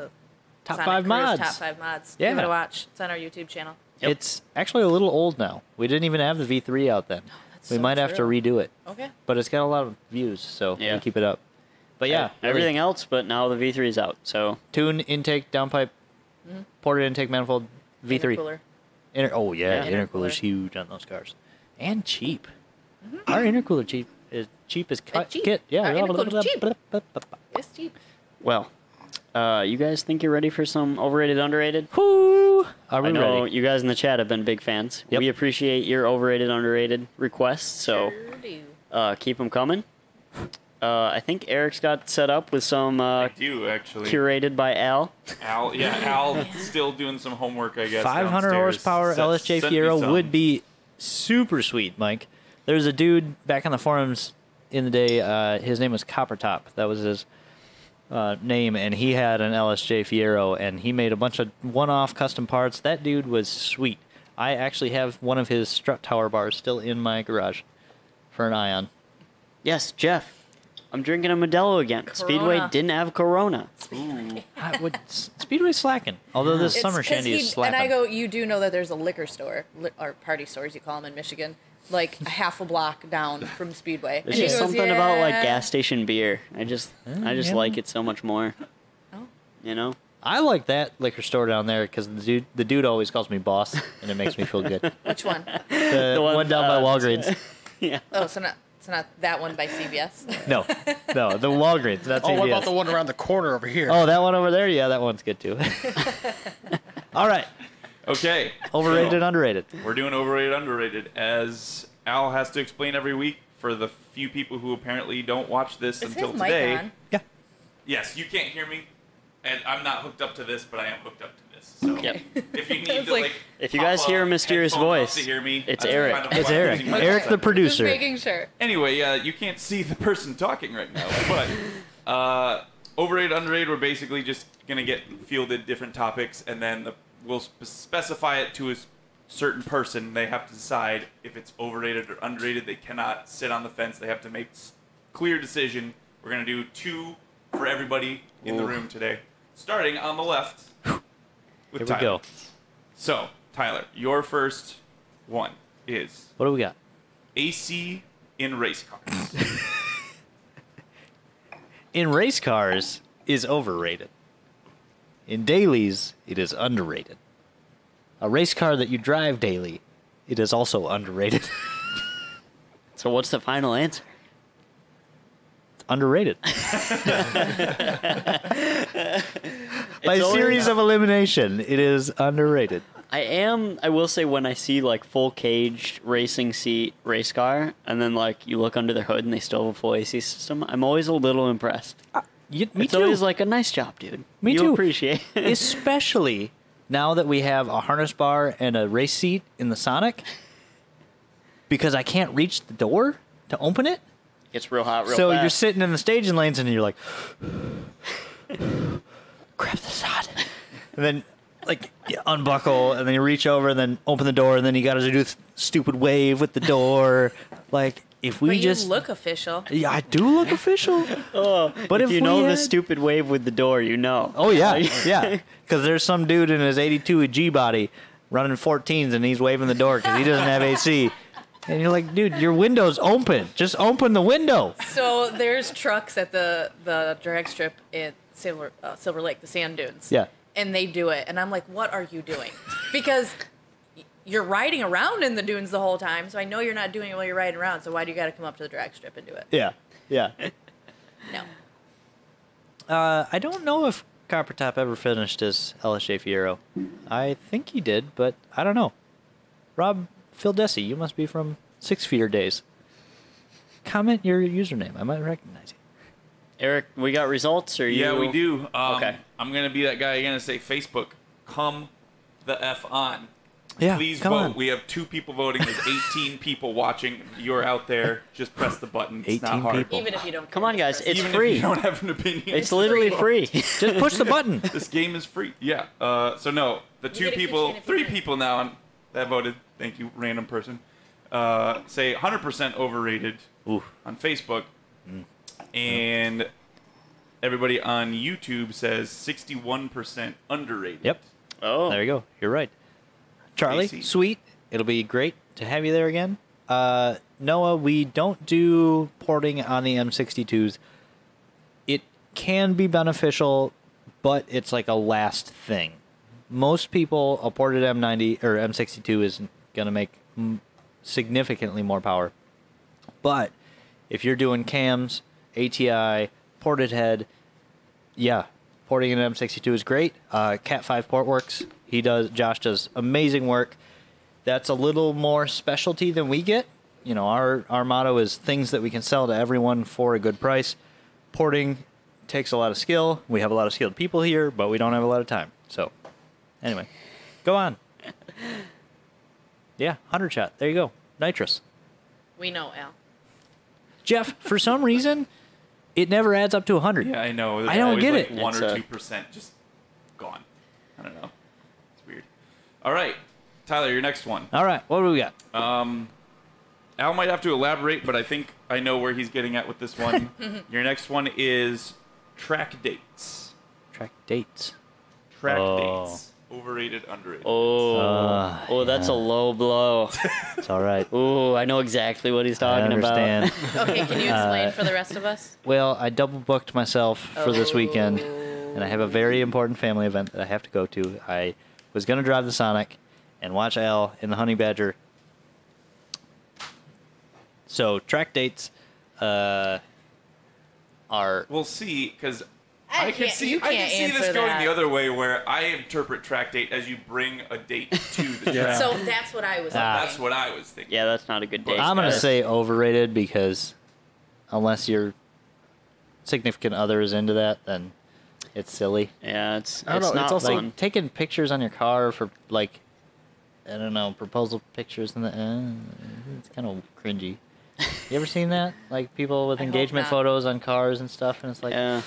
C: Top
F: Sonic
C: five
F: Cruise
C: mods.
F: Top five mods. Give it
C: Yeah.
F: a watch. It's on our YouTube channel.
A: Yep.
C: It's actually a little old now. We didn't even have the V3 out then.
F: *gasps* that's
C: we
F: so
C: might have to
F: true.
C: redo it,
F: Okay.
C: but it's got a lot of views, so
A: Yeah.
C: we keep it up. But yeah, really,
A: everything else, but now the V3 is out. So
C: tune intake downpipe,
F: Mm-hmm.
C: ported intake manifold, V3.
F: Intercooler.
C: Inter- oh yeah,
A: Yeah.
C: intercooler's
F: Intercooler.
C: huge on those cars, and cheap. Our intercooler cheap is cheap as cut
F: Mm-hmm. cheap.
C: kit. Yeah,
F: Our
C: blah,
F: intercooler
C: blah,
F: cheap.
C: blah, blah, blah, blah.
F: It's cheap.
A: well, uh, you guys think you're ready for some overrated underrated?
C: Whoo! Are we
A: I know
C: ready?
A: you guys in the chat have been big fans.
C: Yep.
A: We appreciate your overrated underrated requests. So.
F: Sure do.
A: Uh, keep them coming. Uh, I think Eric's got set up with some
E: I
A: uh,
E: do actually.
A: curated by Al.
E: Al, yeah, Al still doing some homework, I guess.
C: 500
E: downstairs.
C: horsepower
E: Se-
C: LSJ
E: sent me
C: Fiero
E: some.
C: would be super sweet, Mike. There's a dude back on the forums in the day. Uh, his name was Coppertop. That was his uh, name, and he had an LSJ Fiero, and he made a bunch of one-off custom parts. That dude was sweet. I actually have one of his strut tower bars still in my garage for an Ion.
A: Yes, Jeff. I'm drinking a Modelo again. Speedway
F: Corona.
A: didn't have Corona.
C: I would, Speedway's slacking. Although this
F: It's
C: summer
F: 'cause
C: shandy
F: he-
C: is slacking.
F: And I go, you do know that there's a liquor store, li- or party stores, you call them in Michigan,
B: like a half a block down from Speedway. And
A: There's
B: he
A: just
B: goes,
A: something about like
B: "Yeah."
A: gas station beer. I just I just
C: yeah.
A: like it so much more.
B: Oh.
A: You know?
C: I like that liquor store down there because the dude, the dude always calls me boss, and it makes me feel good. The,
B: Which
C: *laughs*
B: one?
A: one,
C: one, down by
A: uh,
C: Walgreens.
A: Yeah.
B: Oh, so not so not that one by CBS.
C: No, no, the Walgreens. That's
D: Oh, what
C: CVS.
D: about the one around the corner over here?
C: Oh, that one over there? Yeah, that one's good too. All right.
E: Okay.
C: Overrated,
E: so
C: underrated.
E: We're doing overrated, underrated, as Al has to explain every week for the few people who apparently don't watch this
B: Is
E: until
B: his mic
E: today.
B: on?
C: Yeah.
E: Yes, you can't hear me, and I'm not hooked up to this, but I am hooked up to this. So
A: Yep.
B: *laughs*
E: if you
B: It's
E: need to
B: like-
E: like,
A: If you
E: pop
A: guys hear a mysterious
E: headphone up
A: voice,
E: to hear me,
A: it's
E: that's
A: Eric.
E: kind of
C: It's
E: why I'm
C: Eric.
E: using my
C: Eric the
E: headset.
F: Just
C: producer.
F: making sure.
E: Anyway, uh, you can't see the person talking right now, but uh, overrated, underrated, we're basically just going to get fielded different topics, and then the, we'll spe- specify it to a s- certain person. They have to decide if it's overrated or underrated. They cannot sit on the fence. They have to make s- clear decision. We're going to do two for everybody in the room today, starting on the left
C: Here
E: with
C: we
E: Tyler.
C: go.
E: So, Tyler, your first one is
C: What do we got?
E: AC in race cars.
C: In race cars is overrated. In dailies, it is underrated. A race car that you drive daily, it is also underrated. *laughs*
A: So what's the final answer?
C: underrated. By
A: It's always-
C: series of elimination, it is underrated.
A: I am. I will say when I see like full caged racing seat race car, and then like you look under their hood and they still have a full AC system, I'm always a little impressed.
C: You, me
A: it's always like a nice job, dude.
C: Me
A: you
C: too.
A: Appreciate. It.
C: *laughs* especially now that we have a harness bar and a race seat in the Sonic, because I can't reach the door to open it.
A: It's real hot, real
C: so
A: fast.
C: you're sitting in the staging lanes and you're like, grab the sod, and then like you unbuckle and then you reach over and then open the door and then you got to do th- stupid wave with the door. *laughs* Like if we
F: but
C: just
F: you look official.
C: yeah, I do
A: *laughs*
C: look official. but if,
A: Oh, if you
C: we
A: know the
C: had-
A: stupid wave with the door, you know. *laughs*
C: Oh yeah, yeah. Because there's some dude in his 82 G body running 14s and he's waving the door because he doesn't have AC. And you're like, dude, your window's open. Just open the window.
F: So there's trucks at the the drag strip in Silver uh, Silver Lake, the sand dunes.
C: Yeah.
F: And they do it, and I'm like, what are you doing? Because y- you're riding around in the dunes the whole time, so I know you're not doing it while you're riding around. So why do you got to come up to the drag strip and do it?
C: Yeah, yeah.
F: No.
C: Uh, I don't know if Copper Top ever finished his LSJ Fiero. I think he did, but I don't know. Rob Phil Desi, you must be from Six Feeder days. Comment your username. I might recognize you.
A: Eric, we got results, or
E: Yeah,
A: you?
E: we do. Um,
A: Okay.
E: I'm gonna be that guy again and say Facebook, come the f on.
C: Yeah,
E: Please
C: come
E: vote.
C: on.
E: We have two people voting. There's 18 *laughs* people watching. You're out there. Just press the button. It's not
C: 18
E: hard.
C: people.
F: Even if you don't.
A: Come on, guys. It's
E: Even If
A: free.
E: you don't have an opinion.
A: It's *laughs* literally free.
C: *laughs* Just push the button.
E: this game is free. Yeah. Uh, so no, the two
F: get a keychain
E: people,
F: if you
E: three
F: win.
E: people now on, that voted. Thank you, random person. Uh, say 100% overrated
C: Ooh.
E: on Facebook,
C: Mm.
E: and everybody on YouTube says 61% underrated.
C: Yep.
A: oh,
C: There you go. You're right. Charlie,
E: Casey.
C: sweet. It'll be great to have you there again. Uh, Noah, we don't do porting on the M62s. It can be beneficial, but it's like a last thing. Most people, a ported M90 or M62 is going to make m- significantly more power. But if you're doing cams, ATI, ported head, yeah, porting an M62 is great. Uh, Cat 5 port works. He does. Josh does amazing work. That's a little more specialty than we get. You know, our our motto is things that we can sell to everyone for a good price. Porting takes a lot of skill. We have a lot of skilled people here, but we don't have a lot of time. So, anyway, go on. *laughs* Yeah, hundred shot. There you go. Nitrous.
F: We know Al.
C: Jeff, for some reason, it never adds up to hundred.
E: Yeah, I know. There's
C: I don't
E: always,
C: get
E: like
C: it.
E: One
A: It's,
E: or
A: uh,
E: two percent just gone. I don't know. It's weird. All right, Tyler, your next one.
C: All right, what do we got?
E: Al might have to elaborate, but I think I know where he's getting at with
F: *laughs*
E: this one. your next one is track dates.
C: Track dates.
E: Track
C: Oh.
E: dates. overrated, underrated.
A: Oh,
C: Ah,
A: oh, that's a
C: yeah.
A: low
C: *laughs*
A: blow.
C: It's all right.
A: Ooh, I know exactly what he's
C: I
A: talking
C: understand.
A: about.
F: Okay, can you explain
C: Uh,
F: for the rest of us?
C: *laughs* well, I double booked myself for
F: Oh.
C: this weekend, and I have a very important family event that I have to go to. I was gonna drive the Sonic and watch Al in the Honey Badger. So track dates uh, are
E: We'll see, because
F: I
E: I, can
F: can't-
E: see
F: you
E: I can
F: can't
E: see this
F: answer
E: going
F: that.
E: the other way, where I interpret track date as you bring a date
A: *laughs*
E: to the track.
D: Yeah.
F: So that's what I was.
C: Ah.
E: That's what I was thinking.
A: yeah, that's not a good date.
C: I'm gonna
A: guys.
C: say overrated because unless your significant other is into that, then it's silly.
A: Yeah, it's
D: I don't
A: it's
D: know,
A: not
D: it's also-
A: fun.
C: Like taking pictures on your car for like I don't know proposal pictures and the uh, it's kind of cringy. You ever
A: *laughs*
C: seen that? Like people with
F: I hope
C: engagement
F: not.
C: photos on cars and stuff, and it's like
A: yeah,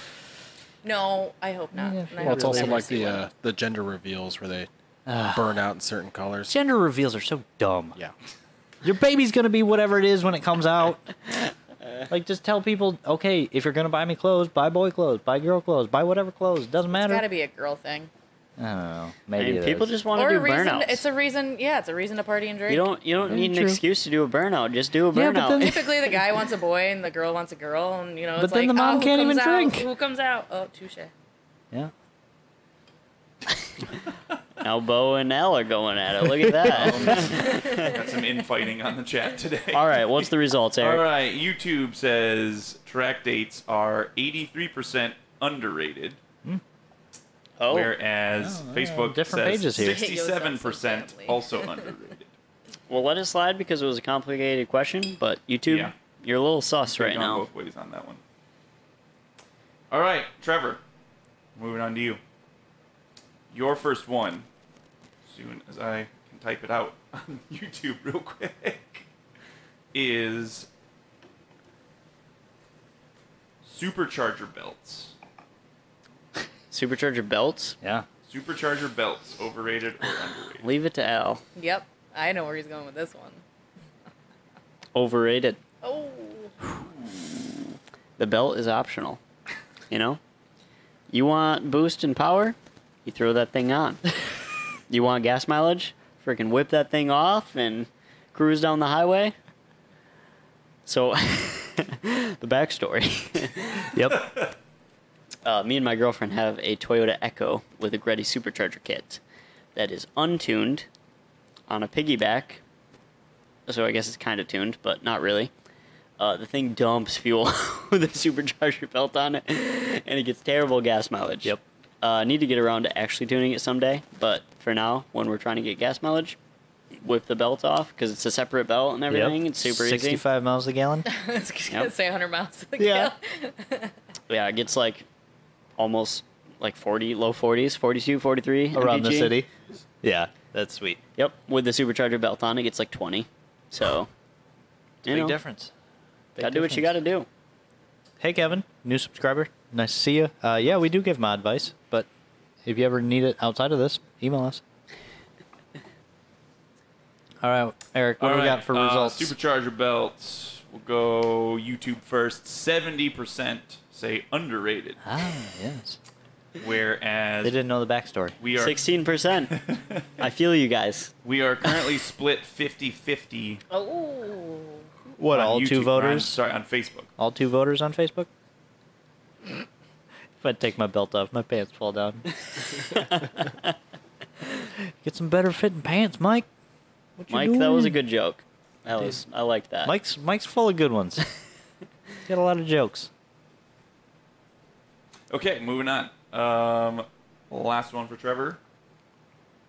F: No, I hope not.
C: Yeah,
F: and I
C: well,
F: hope
D: Well, it's
F: I'll
D: also
F: never
D: like
F: see
D: the
F: one.
D: uh, the gender reveals where they
C: ah.
D: burn out in certain colors.
C: gender reveals are so
A: *laughs*
C: dumb.
D: Yeah.
C: Your baby's gonna be whatever it is when it
A: *laughs*
C: comes out. like just tell people, okay, if you're gonna buy me clothes, buy boy clothes, buy girl clothes, buy whatever clothes. Doesn't
B: It's
C: matter.
B: got to be a girl thing.
C: I don't know.
A: I
C: Maybe
A: mean,
C: it
A: people
C: is.
A: just want to do
B: a reason.
A: burnouts.
B: It's a reason. Yeah, it's a reason to party and drink.
A: you don't you don't
C: Very
A: need an
C: true.
A: excuse to do a burnout. Just do a
C: Yeah, but
A: burnout. *laughs*
C: then-
F: Typically, the guy wants a boy and the girl wants a girl, and you know.
C: But
F: It's
C: then
F: like,
C: the mom
F: oh, who
C: can't even
F: comes out?
C: drink.
F: Who comes out? Oh, touche.
C: yeah.
A: now Bo and Al are going at it. Look
C: *laughs*
A: at that.
E: Got some infighting on
F: *laughs*
E: the chat today.
A: All right, what's the results,
E: All
A: Eric?
E: right, YouTube says track dates are 83% underrated,
A: Oh,
E: whereas
C: Oh,
E: Facebook
C: different pages
E: says
C: here.
F: It goes down so
E: 67%
F: badly. *laughs*
E: also underrated.
A: we'll let it slide because it was a complicated question. But YouTube,
E: Yeah.
A: you're a little sus
E: They've
A: right
E: gone
A: now.
E: both ways on that one. All right, Trevor, moving on to you. Your first one, soon as I can type it out *laughs* on YouTube real quick, is supercharger belts.
A: Supercharger belts.
C: Yeah.
E: Supercharger belts, overrated or underrated?
A: Leave it to Al.
F: Yep, I know where he's going with this one.
A: Overrated.
F: *laughs* Oh,
A: The belt is optional. You know? You want boost and power? You throw that thing on. you want gas mileage? Freaking whip that thing off and cruise down the highway. So, *laughs* the backstory. *laughs*
C: Yep.
A: uh, me and my girlfriend have a Toyota Echo with a Greddy supercharger kit that is untuned on a piggyback. So I guess it's kind of tuned, but not really. Uh, the thing dumps fuel *laughs* with a supercharger belt on it, and it gets terrible gas mileage.
C: Yep.
A: Uh, need to get around to actually tuning it someday, but for now, when we're trying to get gas mileage, whip the belt off because it's a separate belt and everything. It's super easy.
C: 65 miles
A: *laughs*
C: a gallon.
F: I was gonna
A: Yep.
F: say 100 miles. to the
A: Yeah.
F: gallon.
A: Yeah, it gets like almost like 40, low 40s, 42, 43
C: around the
A: MPG.
C: city. Yeah, that's sweet.
A: Yep, with the supercharger belt on, it gets like 20. So, you
C: Big
A: know,
C: difference. Big
A: gotta do what you gotta
C: difference.
A: do.
C: Hey, Kevin, new subscriber. Nice to see you. Uh, yeah, we do give mod advice, but if you ever need it outside of this, email us. *laughs* All right, Eric, what do we
E: All right,
C: got for
E: uh,
C: results?
E: Supercharger belts. We'll go YouTube first. 70% say underrated,
C: ah, yes.
E: whereas
C: They didn't know the backstory.
E: we
C: *laughs*
E: are
A: 16%. I feel you guys.
E: We are currently split 50-50
F: *laughs* oh,
C: *laughs* What,
E: on
C: all
E: YouTube-
C: two
E: on-
C: voters?
E: sorry, on Facebook.
C: All two voters on Facebook? *laughs* if I take my belt off, my pants fall
E: *laughs*
C: down. Get some better fitting pants, Mike. What you
A: Mike, that was a
C: doing?
A: good joke. That was, I liked that.
C: Mike's Mike's full of good
E: *laughs*
C: ones. Got a lot of jokes.
E: Okay, moving on. Um, last one for Trevor.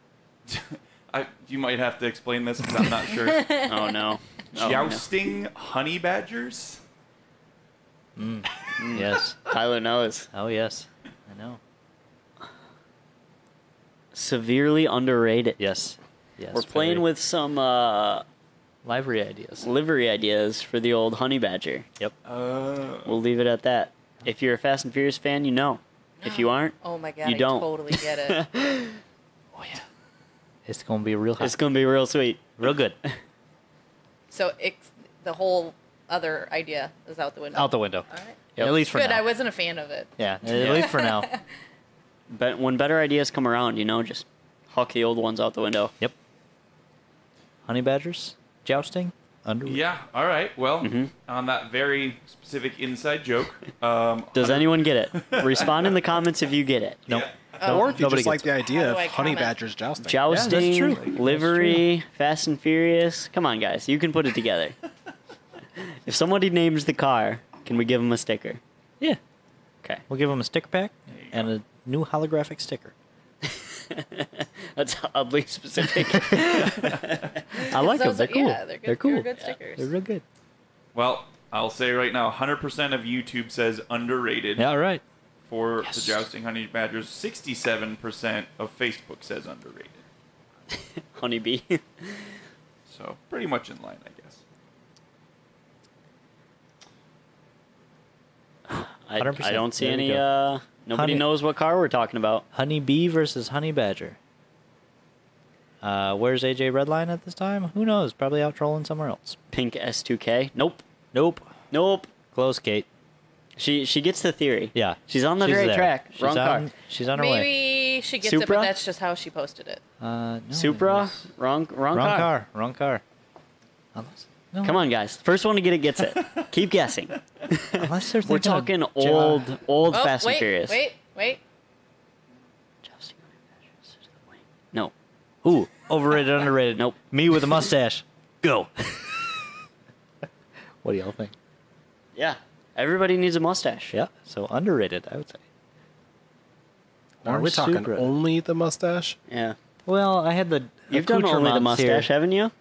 E: *laughs* I, you might have to explain this because I'm not sure.
A: *laughs* oh
C: *laughs*
A: no. Oh, no.
E: Jousting honey badgers?
C: Yes.
A: Tyler knows.
C: *laughs* Oh yes. I know.
A: Severely underrated.
C: Yes. Yes.
A: We're playing
C: very-
A: with some uh,
C: library ideas.
A: livery ideas for the old honey badger.
C: Yep. Oh.
E: Uh,
A: We'll leave it at that. If you're a Fast and Furious fan, you know. If you aren't,
B: Oh my god,
A: You
B: I
A: don't.
B: totally get it.
C: *laughs* It's gonna be real hot.
A: it's gonna be real sweet. *laughs*
C: real good.
B: so it's the whole other idea is out the window.
C: Out the window.
F: all right.
C: At least for
F: Good.
C: now.
F: I wasn't a fan of it.
C: yeah. At
A: Yeah.
F: *laughs*
C: least for now.
A: But when better ideas come around, you know, just huck the old ones out the window.
C: Yep. Honey badgers, jousting, under.
E: Yeah. All right. Well,
C: Mm-hmm.
E: on that very specific inside joke, um,
A: Does anyone get
C: *laughs*
A: it? Respond in the comments if you get it.
C: Nope.
B: Oh.
D: or if you
C: Nobody
D: just
C: gets
D: like the idea
B: How
D: of
B: do I
D: honey
B: comment?
D: badgers jousting.
A: Jousting,
C: true. That's
A: livery, Fast and Furious. Come on, guys, you can put it
C: *laughs*
A: together. if somebody names the car, can we give them a sticker?
C: Yeah.
A: Okay,
C: We'll give them a sticker pack and a new holographic sticker.
A: that's oddly
C: *laughs*
A: specific. *laughs*
C: I like them.
F: those
C: They're
F: are-
C: cool.
F: yeah, they're good-
C: they're
F: they're
C: cool.
F: good stickers.
C: They're real good.
E: well, I'll say right now, 100% of YouTube says underrated
C: Yeah. All right.
E: for
C: Yes.
E: the jousting honey badgers. 67% of Facebook says underrated.
A: Honeybee. *laughs*
E: So pretty much in line, I guess.
A: I, I
C: 100%.
A: don't see
C: There you
A: any.
C: go.
A: Uh, nobody
C: Honey-
A: knows what car we're talking about.
C: Honey bee versus honey badger. Uh, where's AJ Redline at this time? Who knows? Probably out trolling somewhere else.
A: Pink S2K. Nope.
C: Nope.
A: Nope.
C: Close, Kate.
A: She she gets the theory.
C: Yeah.
A: She's on the
C: She's
A: right
C: there.
A: track.
C: She's
A: Wrong
C: on,
A: car.
C: She's on her way.
F: Maybe she gets it,
A: Supra?
F: but that's just how she posted it.
C: Uh, no, it
A: Supra.
C: was-
A: Wrong wrong,
C: Wrong
A: car.
C: car. Wrong car. Unless, no,
A: Come on, guys. First one to get it gets
C: *laughs*
A: it. Keep guessing.
C: Unless they're
A: *laughs* We're
C: thinking of
A: talking
C: Jo-
A: old old
F: Oh,
A: Fast
F: wait,
A: and Furious.
F: wait, wait.
A: No.
C: Ooh, overrated, underrated.
A: Nope.
C: Me with a mustache. Go. *laughs* what do y'all think?
A: Yeah. Everybody needs a mustache.
C: Yeah. So underrated, I would say.
D: Are
C: Or
D: we talking
C: Supra.
D: only the mustache?
A: Yeah.
C: Well, I had the
A: You've done only the
C: accoutrements
A: mustache,
C: here.
A: haven't you?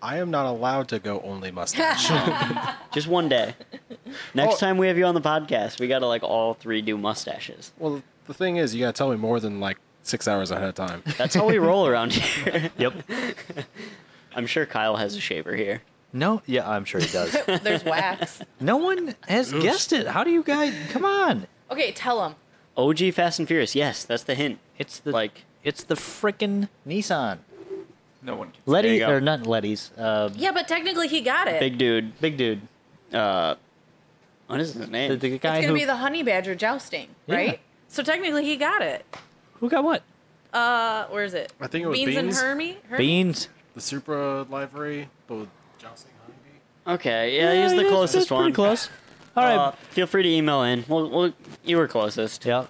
D: I am not allowed to go only mustache.
F: *laughs*
A: Just one
C: *laughs*
A: day. Next
D: Oh.
A: time we have you on the podcast, we gotta like all three do mustaches.
D: well, the thing is, you gotta tell me more than like six hours ahead of time.
A: That's how we roll
C: *laughs*
A: around here.
C: Yep.
A: I'm sure Kyle has a shaver here.
C: No. Yeah, I'm sure he does.
F: There's wax.
C: *laughs* no one has guessed it. How do you guys? Come on.
F: Okay, tell him.
A: OG Fast and Furious. Yes, that's the hint.
C: It's the
A: Like-
C: It's the frickin' Nissan.
E: No one can.
C: Letty
A: you go.
C: or not Letty's. Uh,
F: Yeah, but technically he got it.
A: Big dude.
C: Big dude.
A: Uh, what is his name?
C: The, the
F: it's
C: guy
F: gonna
C: who
F: be the honey badger jousting,
C: Yeah.
F: right? So technically he got it.
C: who got what?
F: Uh, where is it?
D: I think it was
F: beans, and
D: Beans.
F: Hermie. Hermie?
C: Beans.
D: The Supra livery, but with jousting honeybee.
A: okay, yeah, he's the
C: that's-
A: closest
C: that's
A: one.
C: Pretty close. All right.
A: Uh, feel free to email in. Well, well, you were closest.
C: yeah.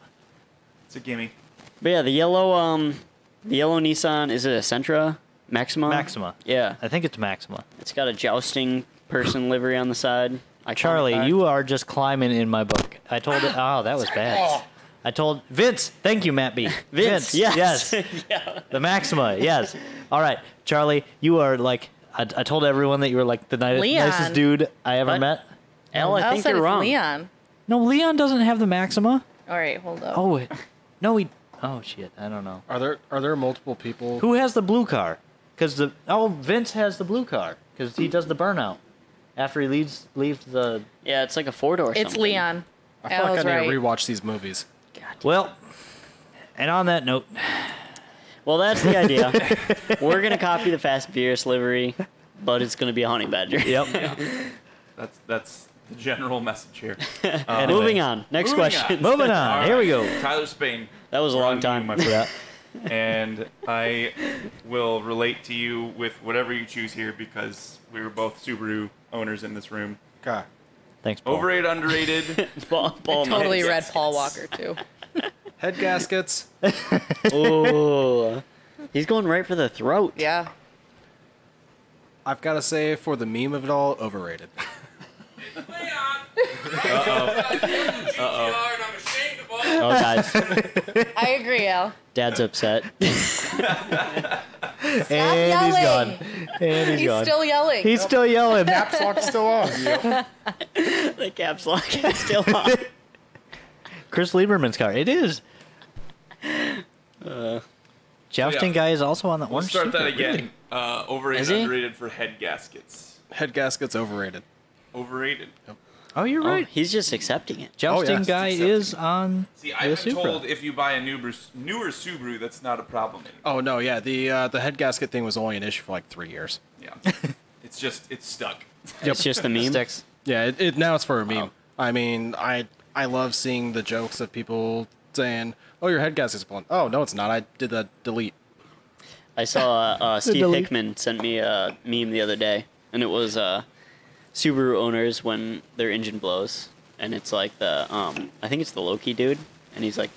E: It's a gimme.
A: But yeah, the yellow, um, the yellow Nissan is it a Sentra Maxima?
C: Maxima.
A: Yeah,
C: I think it's Maxima.
A: it's got a jousting person livery on the side. Iconic
C: Charlie,
A: car.
C: you are just climbing in my book. I told it.
A: Ah!
C: Oh, that was bad. I told Vince. Thank you, Matt B.
A: *laughs* Vince, *laughs* yes,
C: yes.
A: yeah.
C: The Maxima. Yes. All right, Charlie, you are like. I, I told everyone that you were like the ni-
F: Leon.
C: nicest dude I ever
A: What?
C: met.
A: Al, I
F: Al
A: think
F: said
A: you're
F: Oh, it's
A: wrong.
F: Leon.
C: No, Leon doesn't have the Maxima.
F: All right, hold up.
C: Oh, wait. no, he. Oh shit, I don't know.
D: Are there are there multiple people?
C: Who has the blue car? Because the oh Vince has the blue car because he does the burnout after he leaves leaves the.
A: Yeah, it's like a four door.
F: it's Leon.
D: I feel like I
F: Al's
D: need
F: right.
D: to rewatch these movies.
C: Well, and on that note,
A: Well, that's the *laughs* idea. We're gonna copy the Fast and Furious livery, but it's gonna be a honey badger.
C: yep.
E: That's that's the general *laughs* message here.
C: *laughs* Anyway.
A: Moving on. Next
E: Moving
A: question.
C: Moving on.
E: All
C: Here we
E: right,
C: go.
E: Tyler Spain.
A: *laughs* That was a long
E: Run,
A: time.
E: my
C: Yeah.
E: and I will relate to you with whatever you choose here because we were both Subaru owners in this room.
D: God.
C: Thanks, Paul.
E: Overrated, underrated.
A: Paul, Paul
F: *laughs* Totally
A: Mintz.
F: read Paul Walker too.
D: Head gaskets.
A: Ooh. He's going right for the throat.
F: Yeah.
D: I've got to say, for the meme of it all, overrated.
E: *laughs*
A: Oh, guys. *laughs*
F: I agree, Al.
A: Dad's upset.
C: and he's
F: yelling.
C: gone. And he's
F: He's
C: gone.
F: still yelling.
C: He's still yelling.
D: still *laughs* on.
A: the caps lock is *laughs* still on.
C: Chris Lieberman's car. It is. Jousting
E: Yeah.
C: guy is also on the
E: We'll
C: orange.
E: start that
C: Supra, really.
E: again. Uh,
A: Is
E: overrated,
A: he?
E: underrated for head gaskets.
D: Head gaskets overrated.
E: Overrated.
C: Oh, you're
A: Oh,
C: right.
A: he's just accepting it.
C: Jousting
D: yes,
C: guy
D: it's accepted.
C: is on
E: See,
C: the
E: I've been
C: Supra.
E: told if you buy a newer, newer Subaru, that's not a problem anymore.
D: Oh no, yeah, the uh, the head gasket thing was only an issue for like three years.
E: Yeah. it's just, it's stuck.
A: It's just the meme.
C: Sticks.
D: Yeah, it, it now it's for a meme. I mean, I I love seeing the jokes of people saying, "Oh, your head gasket's blown." Oh no, it's not. I did the delete.
A: I saw uh, uh, Steve
H: delete.
A: Hickman sent me a meme the other day, and it was uh, Subaru owners when their engine blows, and it's like the um, I think it's the Loki dude, and he's like,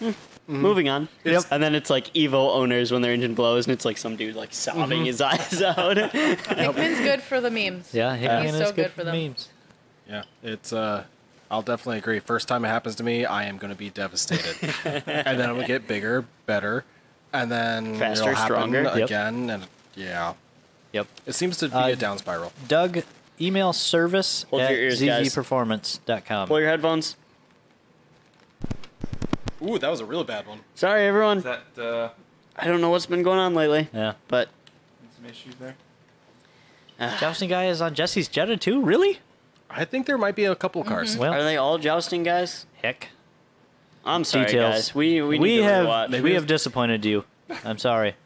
A: "Hmm, moving on.
D: Yep.
A: And then it's like Evo owners when their engine blows, and it's like some dude like sobbing his *laughs* eyes out.
B: Hickman's good for the memes.
C: Yeah, Hickman
F: He's
C: is
F: so
C: good,
F: good
C: for
F: for them.
C: memes.
D: Yeah, it's uh I'll definitely agree. First time it happens to me, I am going to be *laughs* devastated. and then it will get bigger, better, and then
A: Faster,
D: it'll happen
A: stronger. Yep.
D: again and yeah.
C: Yep.
D: It seems to be
C: Uh,
D: a down spiral.
C: Doug, email service
A: Hold
C: at
A: your ears, guys.
C: zzperformance.com.
A: Pull your headphones.
D: Ooh, that was a real bad one.
A: Sorry, everyone.
E: Is that uh,
A: I don't know what's been going on lately,
C: Yeah.
A: but
E: some issues there?
C: Jousting guy is on Jesse's Jetta too. Really?
D: I think there might be a couple cars.
C: Well,
A: are they all jousting guys?
C: heck.
A: I'm sorry,
C: Details.
A: guys. We we need to
C: have
A: rewatch.
C: we have disappointed you. I'm sorry.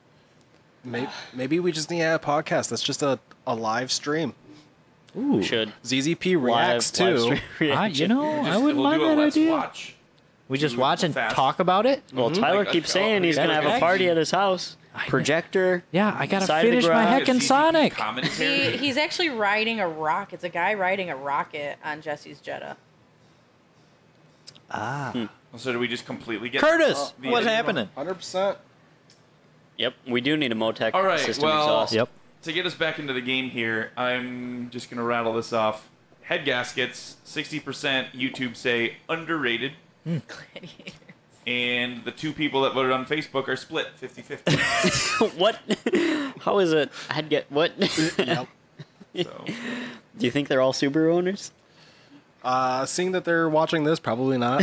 D: Maybe, maybe we just need a podcast that's just a, a live stream.
C: *laughs* Ooh.
A: should
D: ZZP
A: live,
D: reacts
A: live
D: too.
A: stream *laughs*
C: I,
A: reaction.
C: you know, I wouldn't
E: we'll
C: mind
E: do a
C: that
E: let's
C: idea.
E: watch.
C: we just
E: do
C: watch and
E: fast.
C: talk about it.
A: Well,
E: Mhm.
A: Tyler
E: Like a
A: keeps
E: show.
A: saying he's
E: That
A: gonna have
E: would
A: a
E: actually-
A: party at his house.
C: I know.
A: Projector.
C: Yeah, I gotta
A: Side of the
C: finish my
A: garage.
E: Like a
C: heckin'
E: CCP
C: Sonic.
E: Commentary.
B: He, he's actually riding a rock. It's a guy riding a rocket on Jesse's Jetta.
C: Ah,
E: Oh, So do we just completely get Oh,
C: Curtis,
E: the
C: what's
E: original?
C: happening?
D: 100%.
A: Yep, we do need a Motec
E: All right,
A: system
E: well-
A: exhaust.
C: Yep.
E: To get us back into the game here, I'm just gonna rattle this off. Head gaskets, 60% YouTube say underrated,
C: Hmm.
E: and the two people that voted on Facebook are split 50-50.
A: what? *laughs* How is it? I'd get what?
D: *laughs*
A: *laughs*
C: *laughs*
D: Yep.
E: so
A: do you think they're all Subaru owners?
D: Uh, seeing that they're watching this, probably not.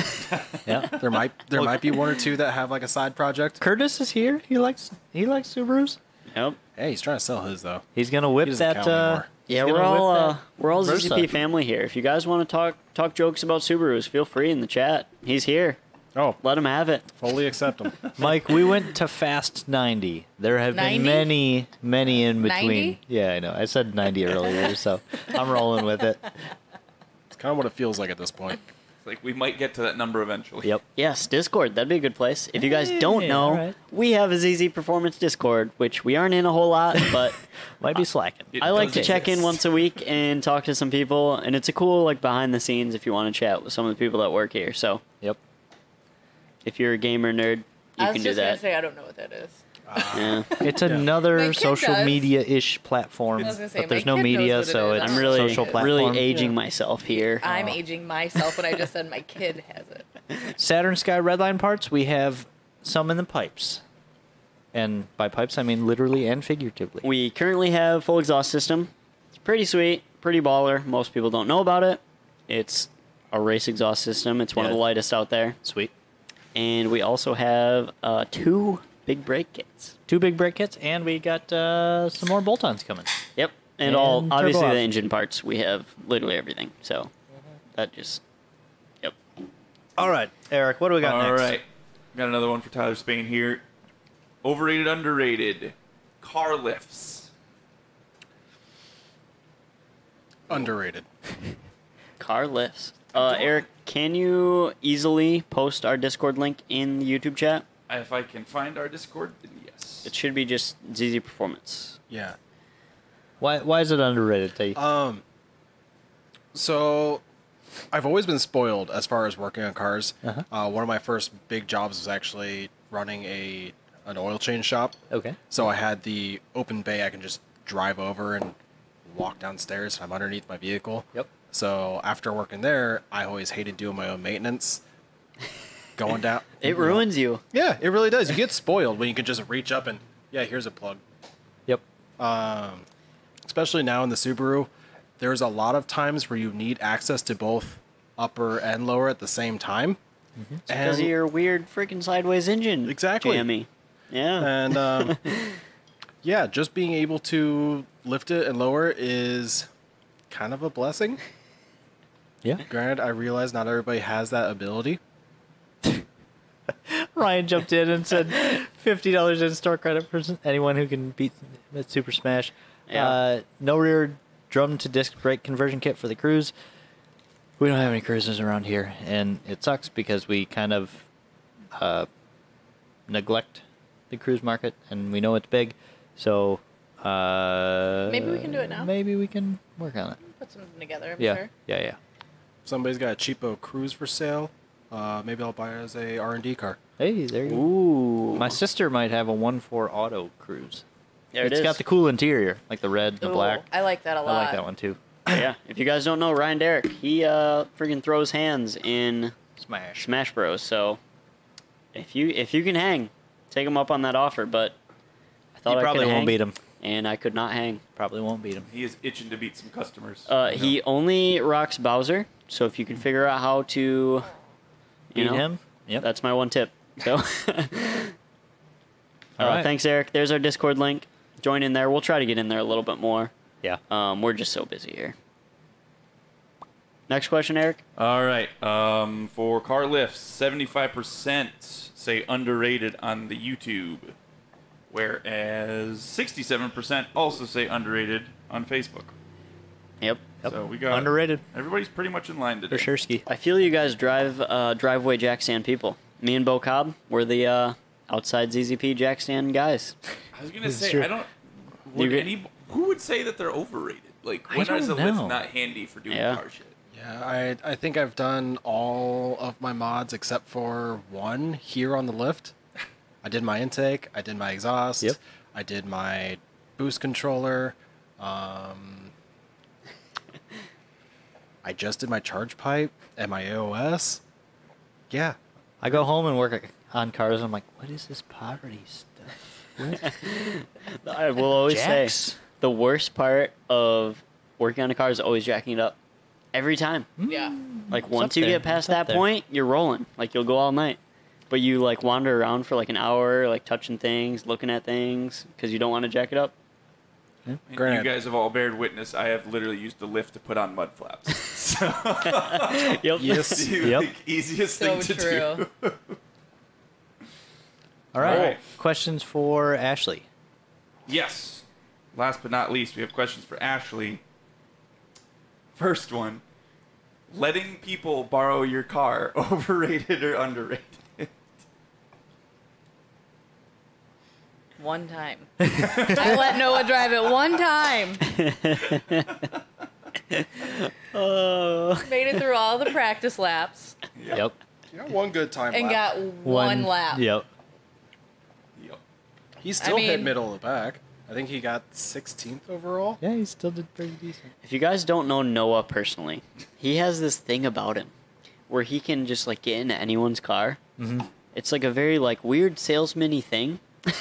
C: Yeah.
D: There might there might be one or two that have like a side
C: *laughs*
D: project.
C: Curtis is here. He likes he likes Subarus.
A: Yep.
D: Hey, he's trying to sell his though.
C: He's gonna whip
D: He doesn't
C: that.
D: count
C: Uh,
D: anymore.
A: Yeah,
C: he's
A: we're
C: gonna
A: all
C: whip
A: uh,
C: that
A: we're all
C: Versa.
A: ZCP family here. If you guys want to talk talk jokes about Subarus, feel free in the chat. He's here.
D: Oh,
A: Let him have it.
D: fully accept *laughs* him.
C: Mike, we went to fast 90. There have
B: 90?
C: been many, many in between.
B: 90?
C: Yeah, I know. I said 90
B: *laughs*
C: earlier, so I'm rolling with it.
D: It's kind of what it feels like at this point.
E: it's like we might get to that number eventually.
C: Yep.
A: Yes, Discord. That'd be a good place. If you guys don't
C: Hey,
A: know,
C: alright.
A: we have a ZZ Performance Discord, which we aren't in a whole lot, *laughs* but
C: Might be slacking.
E: It
A: I like
E: does
A: to check in
E: exist.
A: once a week and talk to some people, and it's a cool like behind the scenes if you want to chat with some of the people that work here. So
C: Yep.
A: if you're a gamer nerd, you
B: I was
A: can do
B: just
A: that.
B: gonna say I don't know what that is.
A: yeah.
C: It's
B: My
C: another
B: kid
C: social
B: does.
C: media ish platform,
B: I was gonna say,
C: but
B: my
C: there's no
B: kid knows
C: media,
B: what it
C: so
B: is.
C: it's
A: I'm really
C: social platform.
A: really aging myself here.
B: I'm aging myself when I just said my kid has it.
C: Saturn Sky Redline parts. We have some in the pipes, and by pipes I mean literally and figuratively.
A: we currently have full exhaust system. It's pretty sweet, pretty baller. Most people don't know about it. It's a race exhaust system. It's one of
C: Yeah.
A: the lightest out there.
C: Sweet.
A: And we also have uh, two big brake kits.
C: Two big brake kits, and we got uh, some more bolt-ons coming.
A: Yep. And,
C: And
A: all
C: turbo
A: obviously the
C: off.
A: engine parts. We have literally everything. So that just yep.
C: All right, Eric, what do we got
E: All
C: next?
E: right. Got another one for Tyler Spain here. Overrated, underrated. Car lifts.
D: Underrated.
A: Car lifts. Uh, Eric, can you easily post our Discord link in the YouTube chat?
E: If I can find our Discord, then yes.
A: It should be just ZZ Performance.
D: Yeah.
C: Why, why is it underrated? T?
D: Um. So, I've always been spoiled as far as working on cars.
C: Uh-huh.
D: Uh, one of my first big jobs was actually running a an oil change shop.
C: okay.
D: So I had the open bay. I can just drive over and walk downstairs. I'm underneath my vehicle.
C: Yep.
D: So after working there, I always hated doing my own maintenance. Going down.
A: It ruins you.
D: Yeah, it really does. You get spoiled when you can just reach up and yeah, here's a plug.
C: Yep.
D: Um, especially now in the Subaru, there's a lot of times where you need access to both upper and lower at the same time.
A: Because of
D: And-
A: your weird freaking sideways engine.
D: Exactly.
A: Jammy. Yeah.
D: and
A: *laughs*
D: um, yeah, just being able to lift it and lower it is kind of a blessing.
C: Yeah.
D: Granted, I realize not everybody has that ability.
C: Ryan jumped in and said fifty dollars in store credit for anyone who can beat Super Smash.
A: Yeah.
C: Uh, no rear drum to disc brake conversion kit for the cruise. We don't have any cruisers around here, and it sucks because we kind of uh, neglect the cruise market, and we know it's big. So uh,
F: Maybe we can do it now.
C: Maybe we can work on it.
F: Put something together, I'm
C: Yeah,
F: sure.
C: yeah, yeah.
D: Somebody's got a cheapo cruise for sale. Uh, maybe I'll buy it as a R and D car.
C: Hey, there you go.
A: Ooh.
C: My sister might have a one four auto cruise.
A: there it
C: has
A: is.
C: got the cool interior, like the red, the
F: Ooh,
C: black.
F: I like that a
C: I
F: lot.
C: like that one too.
A: yeah. If you guys don't know, Ryan Derrick, he uh freaking throws hands in
C: Smash.
A: Smash Bros. So if you if you can hang, take him up on that offer. But I thought
C: You
A: I
C: probably
A: could
C: won't
A: hang,
C: beat him.
A: and I could not hang.
C: Probably won't beat him.
E: He is itching to beat some customers.
A: Uh, He only rocks Bowser, so if you can figure out how to, you
C: Beat
A: know,
C: him. Yep.
A: that's my one tip. So, *laughs* uh,
C: All right.
A: thanks, Eric. There's our Discord link. Join in there. We'll try to get in there a little bit more.
C: yeah.
A: Um, we're just so busy here. Next question, Eric.
E: All right. Um, for car lifts, seventy-five percent say underrated on the YouTube, whereas sixty-seven percent also say underrated on Facebook.
A: Yep.
C: Yep.
E: So we got
C: underrated
E: Everybody's pretty much in line today.
C: for sure. Ski.
A: I feel you guys drive uh, driveway jack stand people. Me and Bo Cobb were the uh, outside ZZP jack stand guys. *laughs*
E: I was gonna
C: This is
E: say
C: true.
E: I don't. Would
A: get-
E: any, who would say that they're overrated? Like
C: I
E: when is a
C: don't
E: lift
C: know.
E: not handy for doing
A: Yeah.
E: car shit?
D: Yeah, I I think I've done all of my mods except for one here on the lift. I did my intake. I did my exhaust.
C: Yep.
D: I did my boost controller. Um, *laughs* I just did my charge pipe and my AOS. Yeah,
C: I go home and work on cars. And I'm like, what is this poverty stuff? *laughs*
A: I will always say
C: Jacks.
A: the worst part of working on a car is always jacking it up. Every time.
F: Yeah.
A: Like
C: Mm-hmm. It's
A: once
C: up
A: you
C: there.
A: get past
C: It's up
A: that
C: there.
A: point, you're rolling. Like you'll go all night. But you like wander around for like an hour, like touching things, looking at things, because you don't want to jack it up.
E: And
D: Granted.
E: You guys have all bared witness. I have literally used the lift to put on mud flaps. *laughs* so
A: Yep.
E: it's *laughs*
D: Yes.
E: the
C: *laughs* Yep. *laughs*
E: like, easiest
F: So
E: thing to
F: true.
E: do.
C: All right.
E: All right.
C: Questions for Ashley.
E: Yes. Last but not least, we have questions for Ashley. First one: Letting people borrow your car *laughs* overrated or underrated? *laughs*
F: One time. I let Noah drive it one time.
A: *laughs* Oh.
F: Made it through all the practice laps
C: Yep.
D: *laughs* you got one good time.
F: and got one, lap.
C: Yep.
E: Yep.
D: He still hit
F: mean-
D: middle of the pack. I think he got 16th overall.
C: Yeah, he still did pretty decent.
A: If you guys don't know Noah personally, he has this thing about him where he can just like get into anyone's car.
C: Mhm.
A: It's like a very like weird salesman-y thing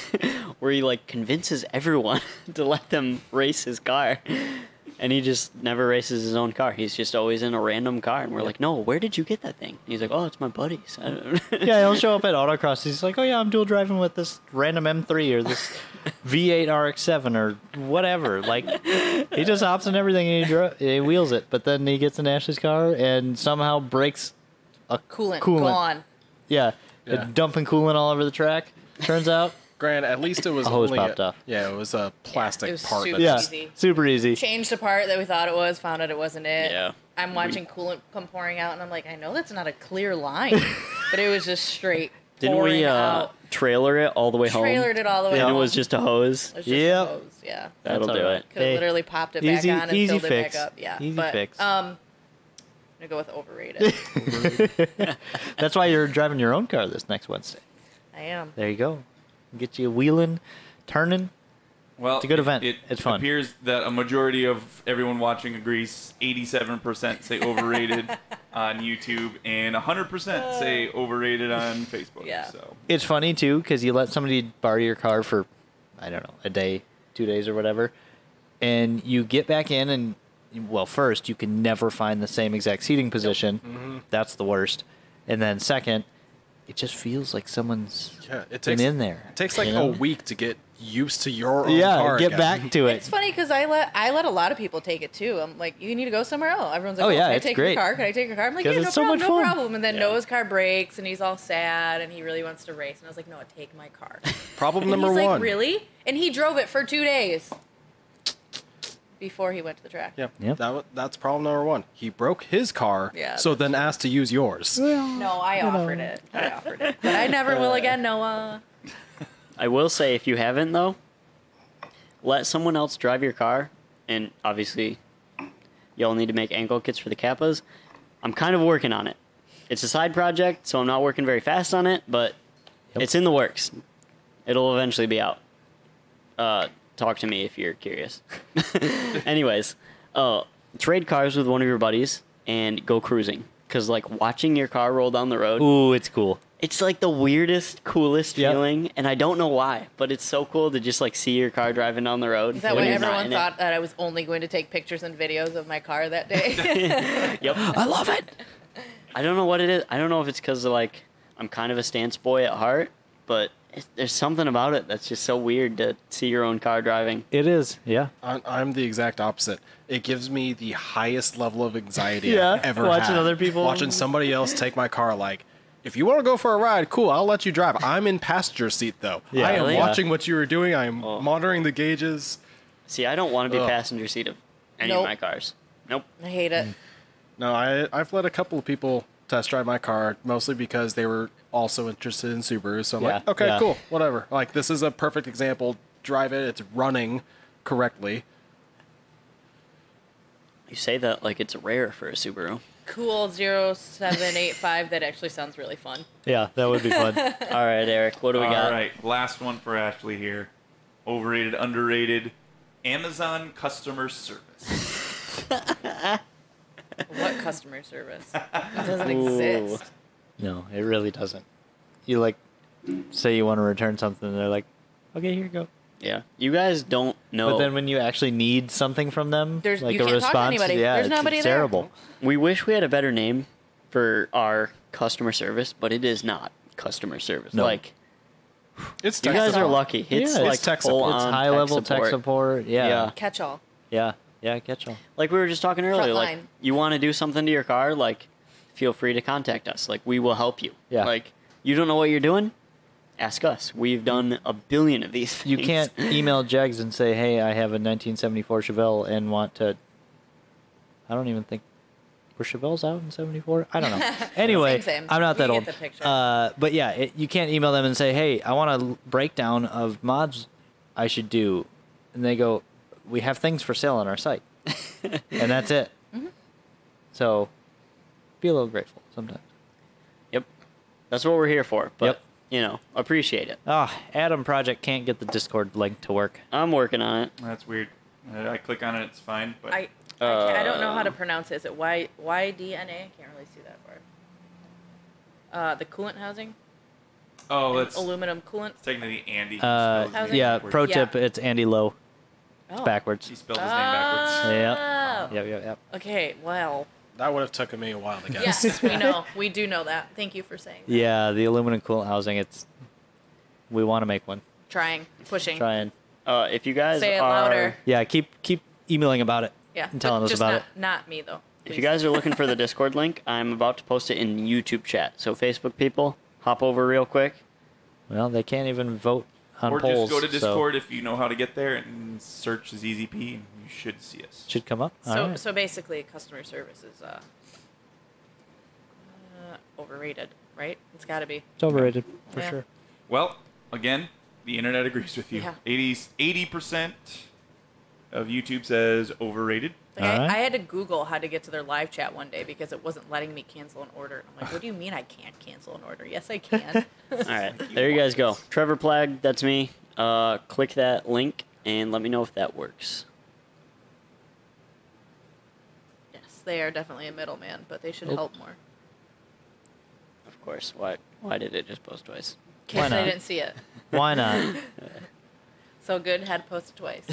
A: *laughs* where he like convinces everyone *laughs* to let them race his car. And he just never races his own car. He's just always in a random car and we're like, "No, where did you get that thing?" And he's like, "Oh, it's my *laughs* buddies." I don't-
C: Yeah, he'll show up at autocross. He's like, "Oh yeah, I'm dual driving with this random M3 or this V8 RX7 or whatever." Like, he just hops in everything and he, dri- he wheels it. But then he gets in Ashley's car and somehow breaks a
F: Coolant,
C: Coolant.
F: gone.
C: Yeah,
D: Yeah.
C: dumping coolant all over the track. Turns out,
D: Grant, at least it was
C: A hose
D: only
C: popped
D: a,
C: off.
D: Yeah, it was a plastic
F: it was *laughs*
D: part.
F: super
D: that
C: yeah,
D: just-
F: Easy.
C: super
F: *laughs*
C: easy.
F: Changed the part that we thought it was, found out it wasn't it.
A: Yeah.
F: I'm watching coolant come pouring out and I'm like, I know that's not a clear line, but it was just straight.
A: Didn't
F: pouring
A: we uh,
F: out.
A: trailer it all the way home?
F: Trailered it all the way
A: and
F: home.
A: it was just a hose.
F: It was just
C: Yep.
F: hose, Yeah.
A: That'll
C: That's
A: do
C: all right.
A: it.
F: Could have
C: Hey,
F: literally popped it back
C: easy-
F: on and
C: easy
F: filled
C: fix.
F: it back up. Yeah.
C: Easy
F: but,
C: fix.
F: Um, I'm going to go with
C: *laughs*
F: overrated.
C: That's why you're driving your own car this next Wednesday.
F: I am.
C: There you go. Get you wheeling, turning.
E: Well,
C: It's a good
E: it-
C: event.
E: It
C: It's fun.
E: appears that a majority of everyone watching agrees. Eighty-seven percent say overrated
C: *laughs*
E: on YouTube, and hundred percent say overrated on Facebook.
F: Yeah.
E: So
C: It's funny too because you let somebody borrow your car for, I don't know, a day, two days, or whatever, and you get back in and well, first you can never find the same exact seating position.
D: Mm-hmm.
C: That's the worst. And then second, it just feels like someone's
D: Yeah, it
C: been
D: takes
C: in there.
D: It takes like
C: you know?
D: a week to get used to your own
C: Yeah,
D: car.
C: get
D: again.
C: back to it.
F: It's funny because I let I let a lot of people take it too. I'm like, you need to go somewhere else. Everyone's like,
C: Oh,
F: oh,
C: yeah,
F: can I
C: it's
F: take
C: great.
F: your car? Can I take your car? I'm like,
C: 'Cause
F: yeah, no
C: it's so
F: problem,
C: much
F: no
C: fun.
F: problem. And then
A: Yeah.
F: Noah's car breaks and he's all sad and he really wants to race. And I was like, Noah, take my
C: *laughs*
F: car.
D: *laughs* Problem
F: and
D: number
F: he's
D: one.
F: like, really? And he drove it for two days before he went to the track.
D: Yeah,
C: Yep.
D: that wa- that's problem number one. He broke his car,
F: Yeah.
D: so then asked to use
C: *laughs*
D: yours.
C: Uh,
F: No, I offered it. I offered it, but I never will again, Noah.
A: I will say, if you haven't though, let someone else drive your car, and obviously, y'all need to make ankle kits for the kappas. I'm kind of working on it. It's a side project, so I'm not working very fast on it, but
C: Yep.
A: it's in the works. It'll eventually be out. Uh, talk to me if you're curious. *laughs* Anyways, uh, trade cars with one of your buddies and go cruising. Cause like watching your car roll down the road,
C: Ooh, it's cool.
A: it's like the weirdest, coolest
C: Yep.
A: feeling, and I don't know why, but it's so cool to just like see your car driving down the road.
B: Is that
A: when
B: why
A: you're not
B: everyone
A: in it.
B: thought that I was only going to take pictures and videos of my car that day?
A: Yep.
C: I love it.
A: I don't know what it is. I don't know if it's because like I'm kind of a stance boy at heart, but it, there's something about it that's just so weird to see your own car driving.
C: It is. Yeah.
D: I'm, I'm the exact opposite. It gives me the highest level of
C: *laughs*
D: anxiety
C: Yeah,
D: I've ever
C: watching
D: had.
C: other people-
D: watching somebody else take my car. Like, if you want to go for a ride, cool. I'll let you drive. I'm in passenger seat though.
C: Yeah.
D: I am
A: Really?
D: watching what you were doing. I am
A: Oh.
D: monitoring the gauges.
A: See, I don't want to be
D: Ugh.
A: passenger seat of any
B: Nope.
A: of my cars. Nope.
B: I hate it.
D: No, I I've let a couple of people test drive my car mostly because they were also interested in Subarus. So I'm like,
C: Yeah,
D: okay,
C: yeah.
D: cool, whatever. Like this is a perfect example. Drive it. It's running correctly.
A: You say that like it's rare for a Subaru.
F: Cool 0785. that actually sounds really fun.
C: Yeah, that would
A: *laughs*
C: be fun.
A: All right, Eric, what do we
E: All
A: got?
E: right, last one for Ashley here. Overrated, underrated, Amazon customer service.
F: What customer service? It doesn't
A: Ooh.
F: exist.
C: no, it really doesn't. You like say you want to return something, and they're like, "Okay, here you go."
A: Yeah, you guys don't know.
C: But then when you actually need something from them,
B: There's-
C: like
B: you
C: a
B: can't talk
C: response,
B: to anybody.
C: yeah,
B: There's
C: it's,
B: nobody
C: it's
B: there.
C: terrible.
A: We wish we had a better name for our customer service, but it is not customer service.
C: No.
A: Like
D: It's
A: you
D: tech
A: guys are
D: support.
A: lucky. It's
C: Yeah, it's
A: like
D: tech
A: full
D: support.
C: It's
A: on
C: high level tech support. Yeah,
A: Yeah.
C: yeah,
B: Catch all.
C: yeah, catch all.
A: Like we were just talking earlier, like
B: line.
A: you want to do something to your car, like feel free to contact us. Like we will help you.
C: Yeah.
A: Like you don't know what you're doing, ask us. We've done a billion of these.
C: You
A: things. *laughs*
C: can't email Jags and say, "Hey, I have a 1974 Chevelle and want to." I don't even think were Chevelles out in '74. I don't know.
B: *laughs*
C: Anyway,
B: Same, same.
C: I'm not
F: We
C: that
F: get
C: old.
F: the picture.
C: Uh, but yeah, it, you can't email them and say, "Hey, I want a l- breakdown of mods I should do," and they go, "We have things for sale on our site," and that's it.
F: Mm-hmm.
C: So, be a little grateful sometimes.
A: Yep. That's what we're here for. But
C: Yep.
A: you know, appreciate it.
C: Ah, Adam Project can't get the Discord link to work.
A: I'm working on it.
E: That's weird. Uh, I click on it, it's fine. But
F: I, I, can't- I don't know how to pronounce it. Is it Y Y D N A? I can't really see that word. Uh, the coolant housing.
E: oh, that's
F: aluminum coolant.
E: it's technically Andy. who
C: Uh,
E: spells his name
C: yeah.
E: backwards.
C: Pro
F: Yeah.
C: tip: It's Andy Lowe.
F: Oh.
E: He
C: backwards.
E: spelled his name backwards.
C: Yeah.
F: Oh.
C: Yep, yep, yep.
F: Okay. Well.
D: That would have taken me a while to guess.
F: Yes,
E: *laughs*
F: we know. We do know that. Thank you for saying. That.
C: Yeah, the aluminum coolant housing. It's we want to make one.
F: Trying, pushing.
C: Try and
A: Uh, if you guys
F: Say it
A: are
F: louder.
C: yeah, keep keep emailing about it.
F: Yeah.
C: and telling
F: but
C: us
F: just
C: about
F: not,
C: it.
F: Not me though.
A: If
F: please.
A: you guys are looking
F: *laughs*
A: for the Discord link, I'm about to post it in YouTube chat. So Facebook people, hop over real quick.
C: Well, they can't even vote on
E: Or
C: polls.
E: just go to
C: so
E: Discord if you know how to get there and search ZZP, and you should see us.
C: should come up.
F: So,
C: All right.
F: so basically, customer service is uh, uh, overrated, right? It's got to be.
C: it's overrated for
F: Yeah.
C: sure.
E: Well, again, the internet agrees with you.
F: Yeah.
E: 80 percent of YouTube says overrated.
F: Like I,
C: Alright.
F: I had to Google how to get to their live chat one day because it wasn't letting me cancel an order. I'm like, what do you mean I can't cancel an order? Yes, I
C: *laughs*
F: can.
A: All right, *laughs* there you guys go. Trevor Plagg, that's me. Uh, click that link and let me know if that works.
F: yes, they are definitely a middleman, but they should
C: Oh.
F: help more.
A: Of course. Why? Why did it just post twice?
C: Why
F: Because
C: not?
F: I didn't see it. *laughs*
C: Why not?
F: So good had to post it twice.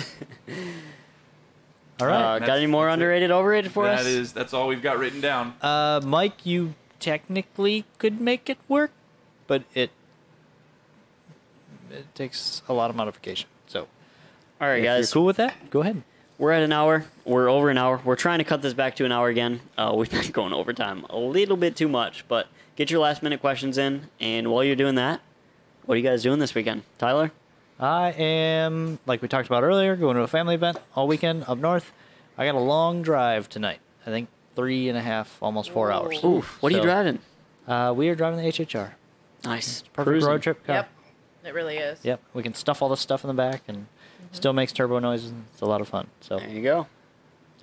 C: All
A: Uh,
C: right.
A: got
E: That's-
A: any more
E: that's it.
A: underrated, overrated for
E: That
A: us?
E: is- that's all we've got written down.
C: Uh, Mike, you technically could make it work, but it it takes a lot of modification. So,
A: All right,
C: if
A: guys.
C: you're cool with that, go ahead.
A: We're at an hour. We're over an hour. We're trying to cut this back to an hour again. Uh, *laughs* we've been going overtime a little bit too much, but get your last minute questions in. And while you're doing that, what are you guys doing this weekend, Tyler?
C: I am, like we talked about earlier, going to a family event all weekend up north. I got a long drive tonight. I think three and a half, almost four hours.
A: Oof. What are you
C: So,
A: driving?
C: Uh, we are driving the HHR.
A: Nice.
C: Perfect road trip car.
F: Yep. It really is.
C: Yep, we can stuff all this stuff in the back and still makes turbo noises. and It's a lot of fun. So
A: There you go.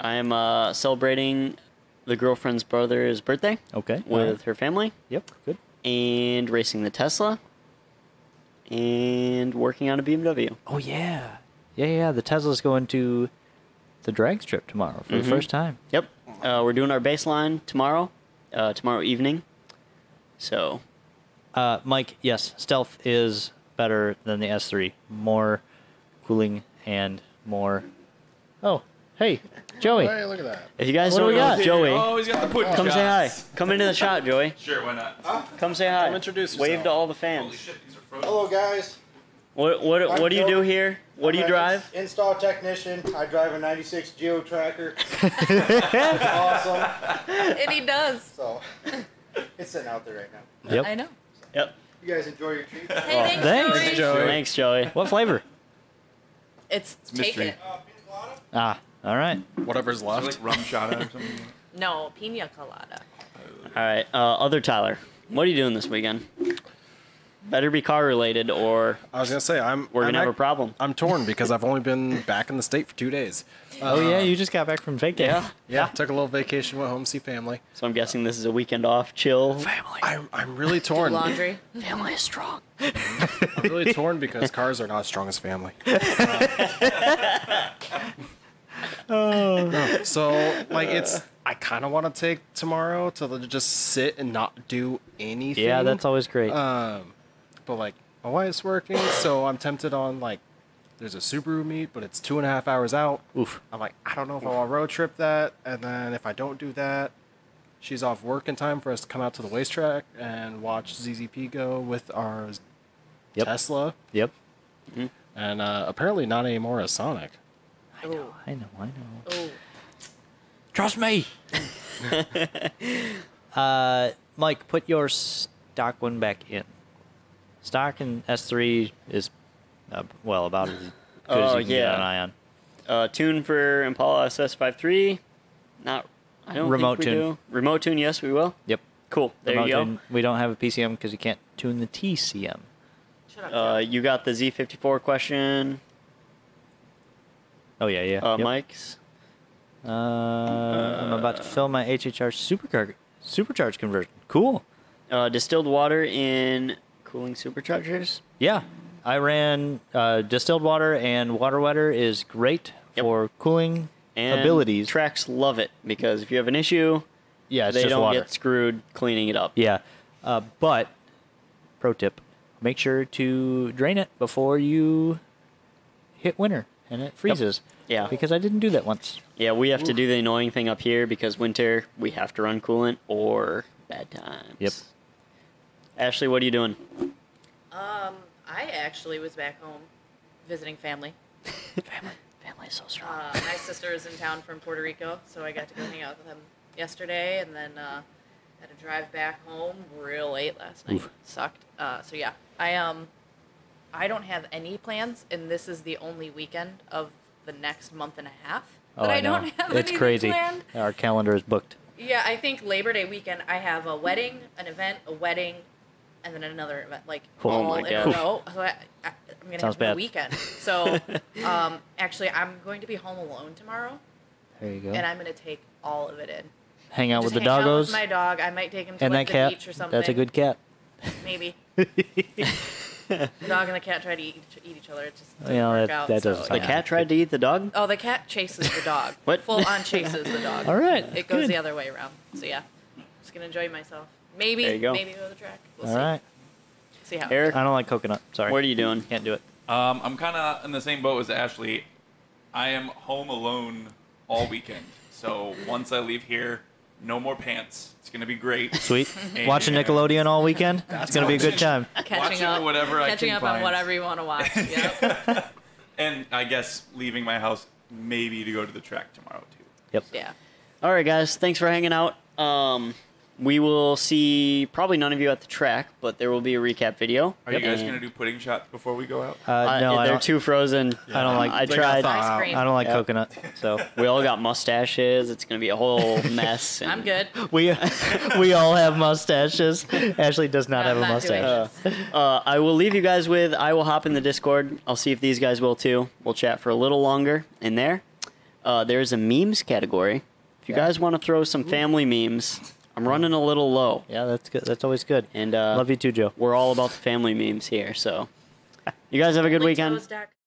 A: I am uh, celebrating the girlfriend's brother's birthday
C: okay, well,
A: with her family
C: yep, good.
A: and racing the Tesla and working on a BMW.
C: Oh yeah, yeah, yeah. The Tesla's going to the drag strip tomorrow for the
A: Mhm.
C: first time.
A: Yep. Uh, we're doing our baseline tomorrow, uh, tomorrow evening. So,
C: Uh, Mike, yes, stealth is better than the S3. More cooling and more. Oh, hey, Joey.
D: Hey, look at that.
A: if you guys
C: What do
A: don't
C: we
A: know
C: got?
A: Joey,
E: Oh, he's got the pudding
A: come say hi.
E: shots.
A: Come into the shot, Joey.
E: Sure, why not?
A: Come say hi.
D: Come introduce
A: Wave
D: yourself.
A: to all the
E: Holy
A: fans.
E: shit, these are frozen.
H: Hello, guys.
A: What what
H: I'm
A: what do you do
H: Joey.
A: here? What do you
H: I'm
A: drive?
H: an Install technician. I drive a 96
A: *laughs*
H: Geo Tracker. awesome.
F: And he does.
H: So, it's sitting out there right now.
C: Yep.
F: I know.
A: Yep.
H: You guys enjoy your treat.
F: Hey, thanks, Joey.
C: thanks,
D: Joey.
A: Thanks, Joey.
C: What flavor?
F: It's, take
E: mystery.
F: it.
C: Ah, all right.
D: Whatever's
E: Is
D: left.
E: it like rum shot or something?
F: No, pina colada.
A: All right, uh, other Tyler, what are you doing this weekend? Better be car related, or
D: I was gonna say I'm.
A: we're
D: I'm
A: gonna have a
D: ac-
A: problem.
D: I'm torn because I've only been back in the state for two days.
C: Oh yeah, you just got back from vacation.
A: Yeah.
D: Yeah, took a little vacation, went home, see family.
A: So I'm guessing this is a weekend off, chill.
D: I'm, I'm really torn.
C: *laughs*
D: I'm
F: Laundry.
A: Family is strong.
D: really torn because cars are not as strong as family. So like it's I kind of want to take tomorrow to l- just sit and not do anything.
C: Yeah, that's always great.
D: But like my wife's working, so I'm tempted on like there's a Subaru meet, but it's two and a half hours out.
C: Oof.
D: I'm like, I don't know if I want to road trip that. And then if I don't do that, she's off work in time for us to come out to the racetrack and watch ZZP go with our
C: Yep.
D: Tesla.
C: Yep.
D: And uh, apparently not anymore a Sonic.
C: I know. I know. I know.
F: Oh,
C: Trust me. uh, Mike, put your stock one back in. Stock in S3 is, uh, well, about as good as
A: Oh,
C: you can get
A: yeah.
C: on Ion.
A: Uh, tune for Impala SS53. Not. I don't
C: Remote
A: think we
C: tune.
A: do. Remote tune. Yes, we will.
C: Yep.
A: Cool. There
C: Remote
A: you go.
C: tune. We don't have a PCM because you can't tune the TCM.
F: shut up.
A: Uh, you got the Z54 question,
C: Oh, yeah, yeah.
A: uh,
C: yep.
A: Mike's.
C: Uh, I'm about to fill my HHR supercar- supercharge conversion. Cool.
A: Uh, distilled water in cooling superchargers.
C: Yeah. I ran uh, distilled water and water wetter is great
A: Yep.
C: for cooling
A: And
C: abilities.
A: Tracks love it because if you have an issue,
C: yeah, it's
A: they
C: just
A: don't
C: water.
A: get screwed cleaning it up.
C: Yeah. Uh, but, pro tip, make sure to drain it before you hit winter and it freezes.
A: Yeah.
C: Because I didn't do that once.
A: Yeah, we have to do the annoying thing up here because winter we have to run coolant or bad times.
C: Yep.
A: Ashley, what are you doing?
F: Um, I actually was back home visiting family.
A: family, family is so strong.
F: Uh, my sister is in town from Puerto Rico, so I got to go hang out with them yesterday, and then uh, had to drive back home real late last night.
C: Oof.
F: Sucked. Uh, so yeah, I um, I don't have any plans, and this is the only weekend of the next month and a half that I, don't
C: Oh, know.
F: have
C: It's
F: anything
C: crazy.
F: planned.
C: Our calendar is booked.
F: Yeah, I think Labor Day weekend I have a wedding, an event, a wedding, and then another event, like
C: Oh
F: all
A: my
F: in
A: gosh.
F: a row. So I, I, I'm gonna
C: Sounds
F: have
C: bad.
F: a weekend.
C: *laughs*
F: So um, actually, I'm going to be home alone tomorrow,
C: There you go.
F: and I'm gonna take all of it in.
C: hang out
F: Just
C: with the
F: hang Out
C: doggos
F: with my dog. I might take him to
C: and
F: like,
C: that
F: the
C: cat.
F: beach or something.
C: That's a good cat. *laughs*
F: maybe. The dog and the cat try to eat, eat each other. It just doesn't
C: Yeah,
F: work
C: that-
F: out.
C: that
F: so,
C: doesn't
A: the
F: yeah.
C: sound-
A: cat tried to eat the dog.
F: Oh, the cat chases the
C: *laughs*
F: dog.
A: What?
F: Full on chases the dog.
C: All right.
F: It goes
C: good.
F: the other way around. So yeah, just gonna enjoy myself. Maybe
A: There you go.
F: maybe go to the track. We'll
C: All
F: see.
C: right.
F: See how.
A: Eric,
C: I don't like coconut. Sorry.
A: what are you doing?
C: Can't do it.
E: Um, I'm kind of in the same boat as Ashley. I am home alone all weekend. So once I leave here, no more pants. It's gonna be great.
C: Sweet. *laughs*
E: And-
C: Watching Nickelodeon
A: *laughs*
C: all weekend. It's gonna be a good time.
F: Catching
E: Watching
F: up,
E: whatever I
F: catching
E: can
F: up on
E: find.
F: whatever you want to
E: *laughs*
F: watch. Yep.
E: And I guess leaving my house maybe to go to the track tomorrow too.
C: Yep.
F: yeah.
A: All right, guys, thanks for hanging out. Um, We will see probably none of you at the track, but there will be a recap video.
E: Are you guys
A: And,
E: gonna do pudding shots before we go out?
C: Uh, no, I
A: they're
C: don't,
A: too frozen.
C: I don't like-
A: I
D: They
A: tried.
D: got thought out.
F: Ice cream.
C: I don't like
A: Yep.
C: coconut.
A: *laughs*
C: So
A: We all got mustaches. It's gonna be a whole *laughs* mess.
F: I'm
A: and-
F: good.
C: we *laughs* we all
F: *laughs*
C: have mustaches. Ashley does not
F: No,
C: have
F: I'm
C: a
F: not doing
C: mustache.
A: Uh, uh, I will leave you guys with. I will hop in the Discord. I'll see if these guys will too. We'll chat for a little longer in there. Uh, there is a memes category. If you guys want to throw some family memes, I'm running a little low,
C: yeah, that's good. That's always good.
A: and uh,
C: Love you too, Joe.
A: We're all about the family memes here. So, you guys have a good weekend.
F: Litos dot